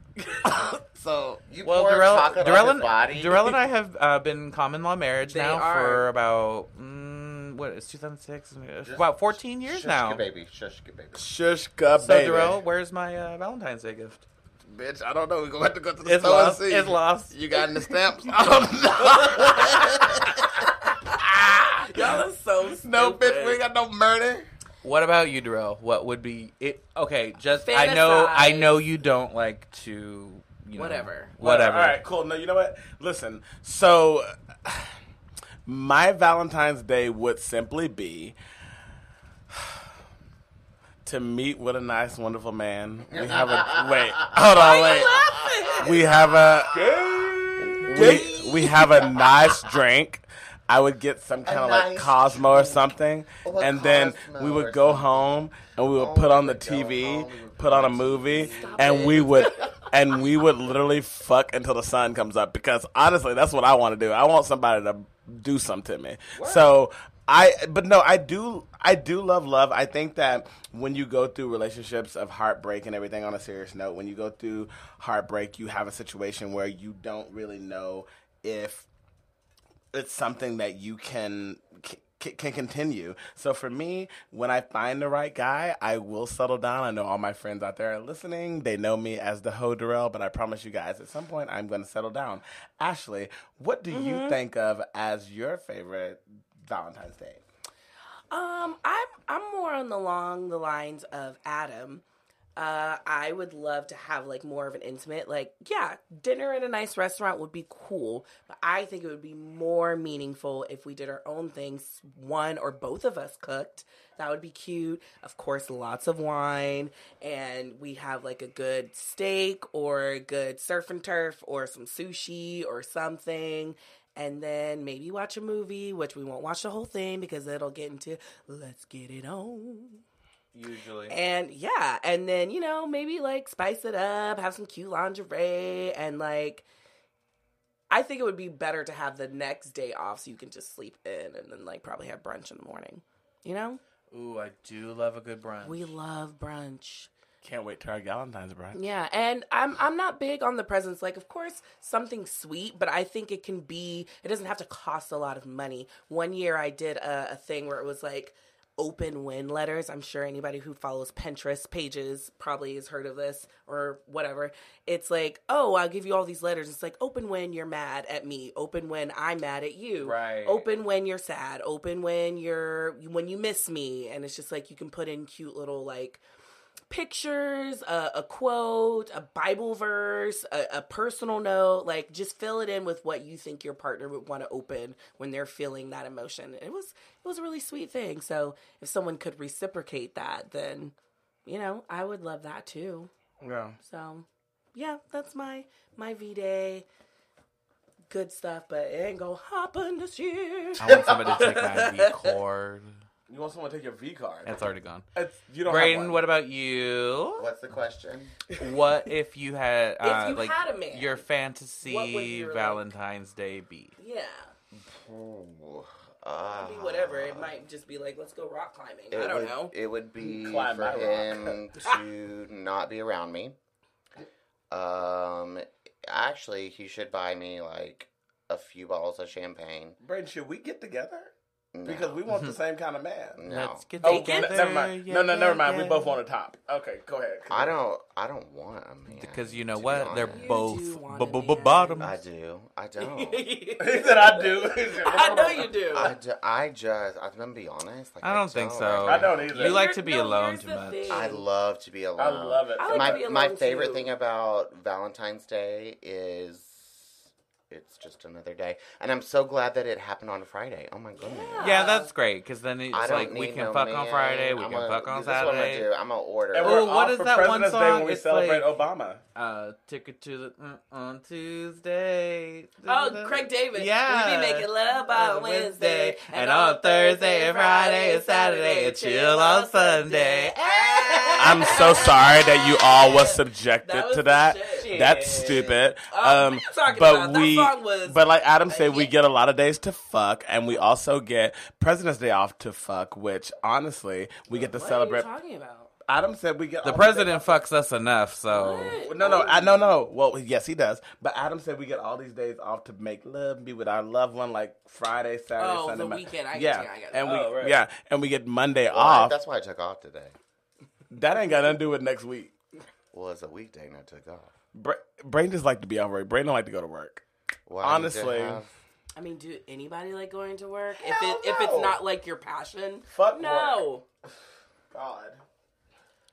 Speaker 1: So you
Speaker 3: Well,
Speaker 1: pour
Speaker 3: Darrell,
Speaker 1: chocolate on
Speaker 3: Darrell,
Speaker 1: his body.
Speaker 3: and, Darrell and I have uh, been in common law marriage
Speaker 2: They
Speaker 3: now
Speaker 2: are.
Speaker 3: for about mm, what is 2006?
Speaker 1: Just
Speaker 3: About 14 years
Speaker 1: Shush,
Speaker 3: now.
Speaker 1: good baby. Shush, good baby.
Speaker 4: Shush, baby.
Speaker 3: So Darrell, where's my uh, Valentine's Day gift?
Speaker 4: bitch, I don't know. We're gonna have to go to the
Speaker 3: It's
Speaker 4: store
Speaker 3: lost.
Speaker 4: and see.
Speaker 3: It's lost.
Speaker 4: You got any stamps? Oh,
Speaker 2: Y'all are so
Speaker 4: no, no, bitch, we ain't got
Speaker 2: stupid.
Speaker 4: no murder.
Speaker 3: What about you, Darrell? What would be it? Okay, just I know I
Speaker 2: Fantasize.
Speaker 3: know you don't like to you know,
Speaker 2: Whatever.
Speaker 3: whatever.
Speaker 4: All right, cool. No, you know what? Listen, so my Valentine's Day would simply be to meet with a nice, wonderful man. We have a wait. Hold on, wait.
Speaker 2: Laughing.
Speaker 4: We have a we, we have a nice drink. I would get some kind of like
Speaker 1: nice
Speaker 4: Cosmo or something,
Speaker 1: Oh, a
Speaker 4: and then
Speaker 1: Cosmo
Speaker 4: we
Speaker 1: or
Speaker 4: would go
Speaker 1: something.
Speaker 4: home and we would
Speaker 1: Oh,
Speaker 4: put on
Speaker 1: we
Speaker 4: the
Speaker 1: would go home,
Speaker 4: TV,
Speaker 1: we would
Speaker 4: put on a movie, and we would and we would literally fuck until the sun comes up because honestly, that's what I want to do. I want somebody to do something to me. So I, but no, I do, I do love love. I think that when you go through relationships of heartbreak and everything, on a serious note, when you go through heartbreak, you have a situation where you don't really know if it's something that you can c- c- can continue. So for me, when I find the right guy, I will settle down. I know all my friends out there are listening. They know me as the Ho Durrell, but I promise you guys, at some point, I'm going to settle down. Ashley, what do you think of as your favorite Valentine's Day?
Speaker 2: Um, I'm I'm more on the along the lines of Adam. Uh, I would love to have like more of an intimate, like yeah, dinner at a nice restaurant would be cool, but I think it would be more meaningful if we did our own things. One or both of us cooked. That would be cute. Of course, lots of wine, and we have like a good steak or a good surf and turf or some sushi or something and then maybe watch a movie, which we won't watch the whole thing because it'll get into let's get it on.
Speaker 3: Usually.
Speaker 2: And yeah, and then you know maybe like spice it up, have some cute lingerie, and like I think it would be better to have the next day off so you can just sleep in and then like probably have brunch in the morning. You know,
Speaker 3: Ooh, I do love a good brunch.
Speaker 2: we love brunch.
Speaker 4: Can't wait to our Valentine's, bro.
Speaker 2: Yeah, and I'm I'm not big on the presents. Like, of course, something sweet, but I think it can be. It doesn't have to cost a lot of money. One year, I did a, a thing where it was like open win letters. I'm sure anybody who follows Pinterest pages probably has heard of this or whatever. It's like, oh, I'll give you all these letters. It's like open when you're mad at me. Open when I'm mad at you.
Speaker 3: Right.
Speaker 2: Open when you're sad. Open when you're when you miss me. And it's just like you can put in cute little like pictures, a, a quote, a Bible verse, a, a personal note. Like, just fill it in with what you think your partner would want to open when they're feeling that emotion. It was it was a really sweet thing. So if someone could reciprocate that, then you know I would love that too.
Speaker 4: Yeah.
Speaker 2: So yeah, that's my my V Day. Good stuff, but it ain't gonna happen this year.
Speaker 3: I want somebody to take my V cord.
Speaker 4: You want someone to take your V card?
Speaker 3: It's already gone.
Speaker 4: It's, you don't have
Speaker 3: Brayden,
Speaker 4: one.
Speaker 3: what about you?
Speaker 1: What's the question?
Speaker 3: What if you had, uh,
Speaker 2: you
Speaker 3: like,
Speaker 2: had a man,
Speaker 3: your
Speaker 2: what would
Speaker 3: fantasy
Speaker 2: your, like-
Speaker 3: Valentine's Day be?
Speaker 2: Yeah,
Speaker 1: Ooh,
Speaker 2: it'd
Speaker 1: uh,
Speaker 2: be whatever. It might just be like, let's go rock climbing. I
Speaker 1: it
Speaker 2: don't
Speaker 1: would-
Speaker 2: know.
Speaker 1: It would
Speaker 3: Mm,
Speaker 1: be
Speaker 4: Climb
Speaker 1: for
Speaker 4: my
Speaker 1: him to not be around me. Um, actually, he should buy me like a few bottles of champagne.
Speaker 4: Brayden, should we get together?
Speaker 1: No.
Speaker 4: Because we want the same kind of man.
Speaker 1: no.
Speaker 3: Let's get
Speaker 4: Oh,
Speaker 3: together.
Speaker 4: never mind. no, no, never mind. We both want a top. Okay, go ahead.
Speaker 1: I don't. I don't want a man.
Speaker 3: Because you know
Speaker 1: to be
Speaker 3: what? They're
Speaker 1: honest.
Speaker 2: You do
Speaker 3: both
Speaker 2: want
Speaker 3: b-
Speaker 2: a
Speaker 3: b- b-
Speaker 2: man.
Speaker 3: bottom.
Speaker 1: I do. I don't.
Speaker 3: Oh.
Speaker 4: He said, "I do."
Speaker 2: I know you do.
Speaker 1: I, ju- I just. I'm gonna be honest. Like,
Speaker 3: I don't think so.
Speaker 4: I don't either.
Speaker 3: You like to
Speaker 2: Here-
Speaker 3: be
Speaker 2: no,
Speaker 3: alone
Speaker 2: here's
Speaker 3: too
Speaker 2: the
Speaker 3: much.
Speaker 2: thing.
Speaker 1: I'd love to be alone.
Speaker 4: I love it.
Speaker 2: I like to
Speaker 1: my
Speaker 2: be
Speaker 1: my
Speaker 2: alone,
Speaker 1: favorite
Speaker 2: too.
Speaker 1: thing about Valentine's Day is it's just another day, and I'm so glad that it happened on Friday. Oh my goodness!
Speaker 2: Yeah.
Speaker 3: Yeah, that's great because then it's
Speaker 1: I don't
Speaker 3: like we
Speaker 1: need
Speaker 3: can
Speaker 1: no
Speaker 3: fuck
Speaker 1: man.
Speaker 3: on Friday, we
Speaker 1: I'm
Speaker 3: can
Speaker 1: gonna-
Speaker 3: fuck on
Speaker 1: this is what I'm gonna
Speaker 3: Saturday.
Speaker 1: do. I'm gonna order.
Speaker 4: And
Speaker 3: we're
Speaker 4: we're
Speaker 3: Oh, what
Speaker 4: off
Speaker 3: is
Speaker 4: for
Speaker 3: that one
Speaker 4: President's Day
Speaker 3: song?
Speaker 4: when we
Speaker 3: It's
Speaker 4: celebrate
Speaker 3: like-
Speaker 4: Obama.
Speaker 3: Uh, ticket to the mm, on Tuesday.
Speaker 2: Oh, Craig David.
Speaker 3: Yeah.
Speaker 2: We be making love on Wednesday.
Speaker 3: and on Thursday and Friday and Saturday, and chill on Sunday.
Speaker 4: I'm so sorry that you all was subjected
Speaker 2: That was
Speaker 4: to that.
Speaker 2: some shit.
Speaker 4: That's stupid.
Speaker 2: Oh,
Speaker 4: Um,
Speaker 2: what you talking
Speaker 4: but
Speaker 2: about? That
Speaker 4: we,
Speaker 2: song was-
Speaker 4: but like Adam said, we
Speaker 2: yeah.
Speaker 4: get a lot of days to fuck, and we also get President's Day off to fuck. Which honestly, we get to
Speaker 2: What
Speaker 4: celebrate.
Speaker 2: are you talking about?
Speaker 4: Adam said we get
Speaker 3: The
Speaker 4: all
Speaker 3: president fucks us enough, so
Speaker 2: What?
Speaker 4: No, no, I, no, no. Well, yes, he does. But Adam said we get all these days off to make love and be with our loved one, like Friday, Saturday,
Speaker 2: Oh,
Speaker 4: Sunday.
Speaker 2: the
Speaker 4: Mon-
Speaker 2: weekend. I get
Speaker 4: yeah,
Speaker 2: you, I get
Speaker 4: and
Speaker 2: you.
Speaker 4: we,
Speaker 3: Oh, right.
Speaker 4: yeah, and we get Monday
Speaker 1: Well, I-
Speaker 4: off.
Speaker 1: that's why I took off today.
Speaker 4: That ain't got nothing to do with next week.
Speaker 1: Well, it's a weekday, and I took off.
Speaker 4: Bra- Brain just like to be on work. Brain don't like to go to work.
Speaker 1: Well, I need to
Speaker 4: Honestly.
Speaker 1: have-
Speaker 2: I mean, do anybody like going to work?
Speaker 4: Hell
Speaker 2: if it if it's
Speaker 4: no.
Speaker 2: not like your passion,
Speaker 4: Fuck
Speaker 2: no.
Speaker 4: God.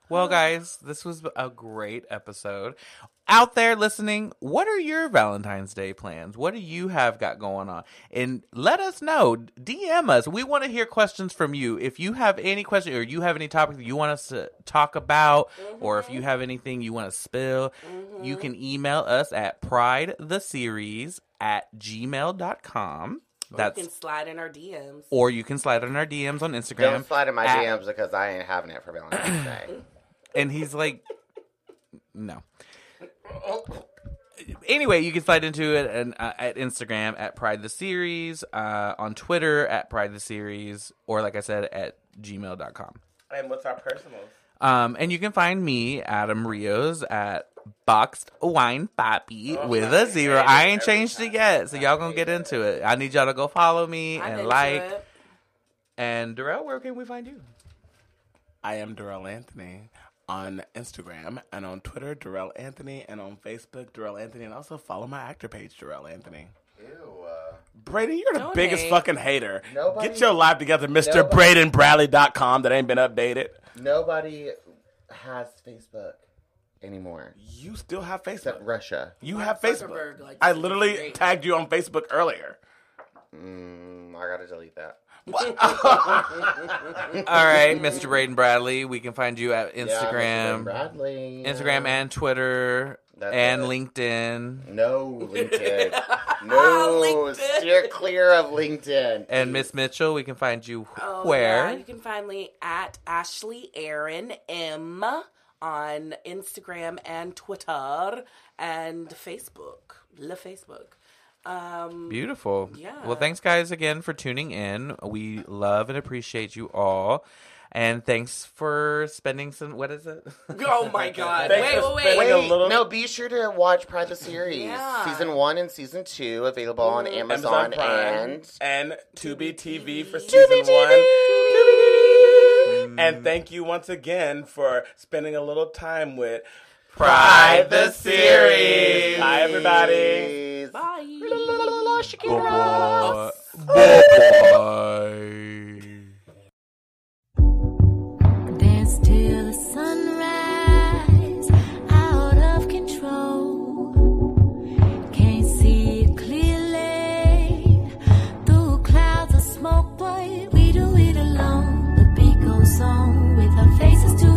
Speaker 3: Well, guys, this was a great episode. out there listening, what are your Valentine's Day plans? What do you have got going on? And let us know. DM us. We want to hear questions from you. If you have any question or you have any topic that you want us to talk about, or if you have anything you want to spill, you can email us at pridetheseries at gmail.com.
Speaker 2: you
Speaker 3: That's
Speaker 2: can slide in our DMs.
Speaker 3: or you can slide on our DMs on Instagram.
Speaker 1: Don't slide in my
Speaker 3: at-
Speaker 1: DMs because I ain't having it for Valentine's Day.
Speaker 3: And he's like, no. Anyway, you can slide into it and, uh, at Instagram at Pride the Series, uh, on Twitter at Pride the Series, or like I said, at gmail.com.
Speaker 4: And what's our personals?
Speaker 3: Um, and you can find me, Adam Rios, at Boxed Wine Poppy with a zero. I ain't changed it yet, so y'all gonna get into it. I need y'all to go follow me
Speaker 2: I'm
Speaker 3: and
Speaker 2: into
Speaker 3: like.
Speaker 2: it.
Speaker 3: And Darrell, where can we find you?
Speaker 4: I am Darrell Anthony on Instagram and on Twitter, Darrell Anthony, and on Facebook, Darrell Anthony, and also follow my actor page, Darrell Anthony.
Speaker 1: Ew. uh,
Speaker 4: Braden, you're the
Speaker 2: Don't
Speaker 4: biggest
Speaker 2: hate.
Speaker 4: fucking hater.
Speaker 1: Nobody-
Speaker 4: Get your life together, Mr.
Speaker 1: Nobody-
Speaker 4: BradenBradley.com that ain't been updated.
Speaker 1: Nobody has Facebook anymore
Speaker 4: You still have
Speaker 1: except
Speaker 4: Facebook.
Speaker 1: Russia.
Speaker 4: You have
Speaker 2: Zuckerberg,
Speaker 4: Facebook.
Speaker 2: like,
Speaker 4: I
Speaker 2: this is
Speaker 4: literally
Speaker 2: great.
Speaker 4: tagged you on Facebook earlier.
Speaker 1: Mm, I gotta delete that.
Speaker 3: All right, Mr. Braden Bradley, we can find you at
Speaker 1: Yeah, Mr. Ben
Speaker 3: Instagram.
Speaker 1: Bradley.
Speaker 3: Instagram and Twitter
Speaker 1: That's
Speaker 3: and
Speaker 1: it.
Speaker 3: LinkedIn
Speaker 1: No LinkedIn. No,
Speaker 2: LinkedIn.
Speaker 1: steer clear of LinkedIn.
Speaker 3: and Miss Mitchell. We can find you
Speaker 2: Oh,
Speaker 3: where
Speaker 2: yeah, you can find me at Ashley Aaron M on Instagram and Twitter and Facebook. Le Facebook. Um,
Speaker 3: beautiful.
Speaker 2: Yeah.
Speaker 3: Well, thanks guys again for tuning in. We love and appreciate you all, and thanks for spending some. What is it?
Speaker 2: oh my God!
Speaker 4: Thanks
Speaker 2: wait,
Speaker 4: for
Speaker 2: wait,
Speaker 4: spending
Speaker 2: wait!
Speaker 4: a little-
Speaker 1: no, be sure to watch Pride the Series.
Speaker 2: Yeah.
Speaker 1: Season 1 and Season 2 available on
Speaker 4: Amazon
Speaker 1: Amazon,
Speaker 4: Prime
Speaker 1: and
Speaker 4: and Tubi TV for season
Speaker 1: Tubi Mm. TV.
Speaker 4: one. And thank you once again for spending a little time with Pride the Series. Bye, everybody.
Speaker 2: Bye.
Speaker 3: Bye.
Speaker 5: Dance till the sunrise, out of control. Can't see it clearly through clouds of smoke, but we do it alone. The beat goes on with our faces to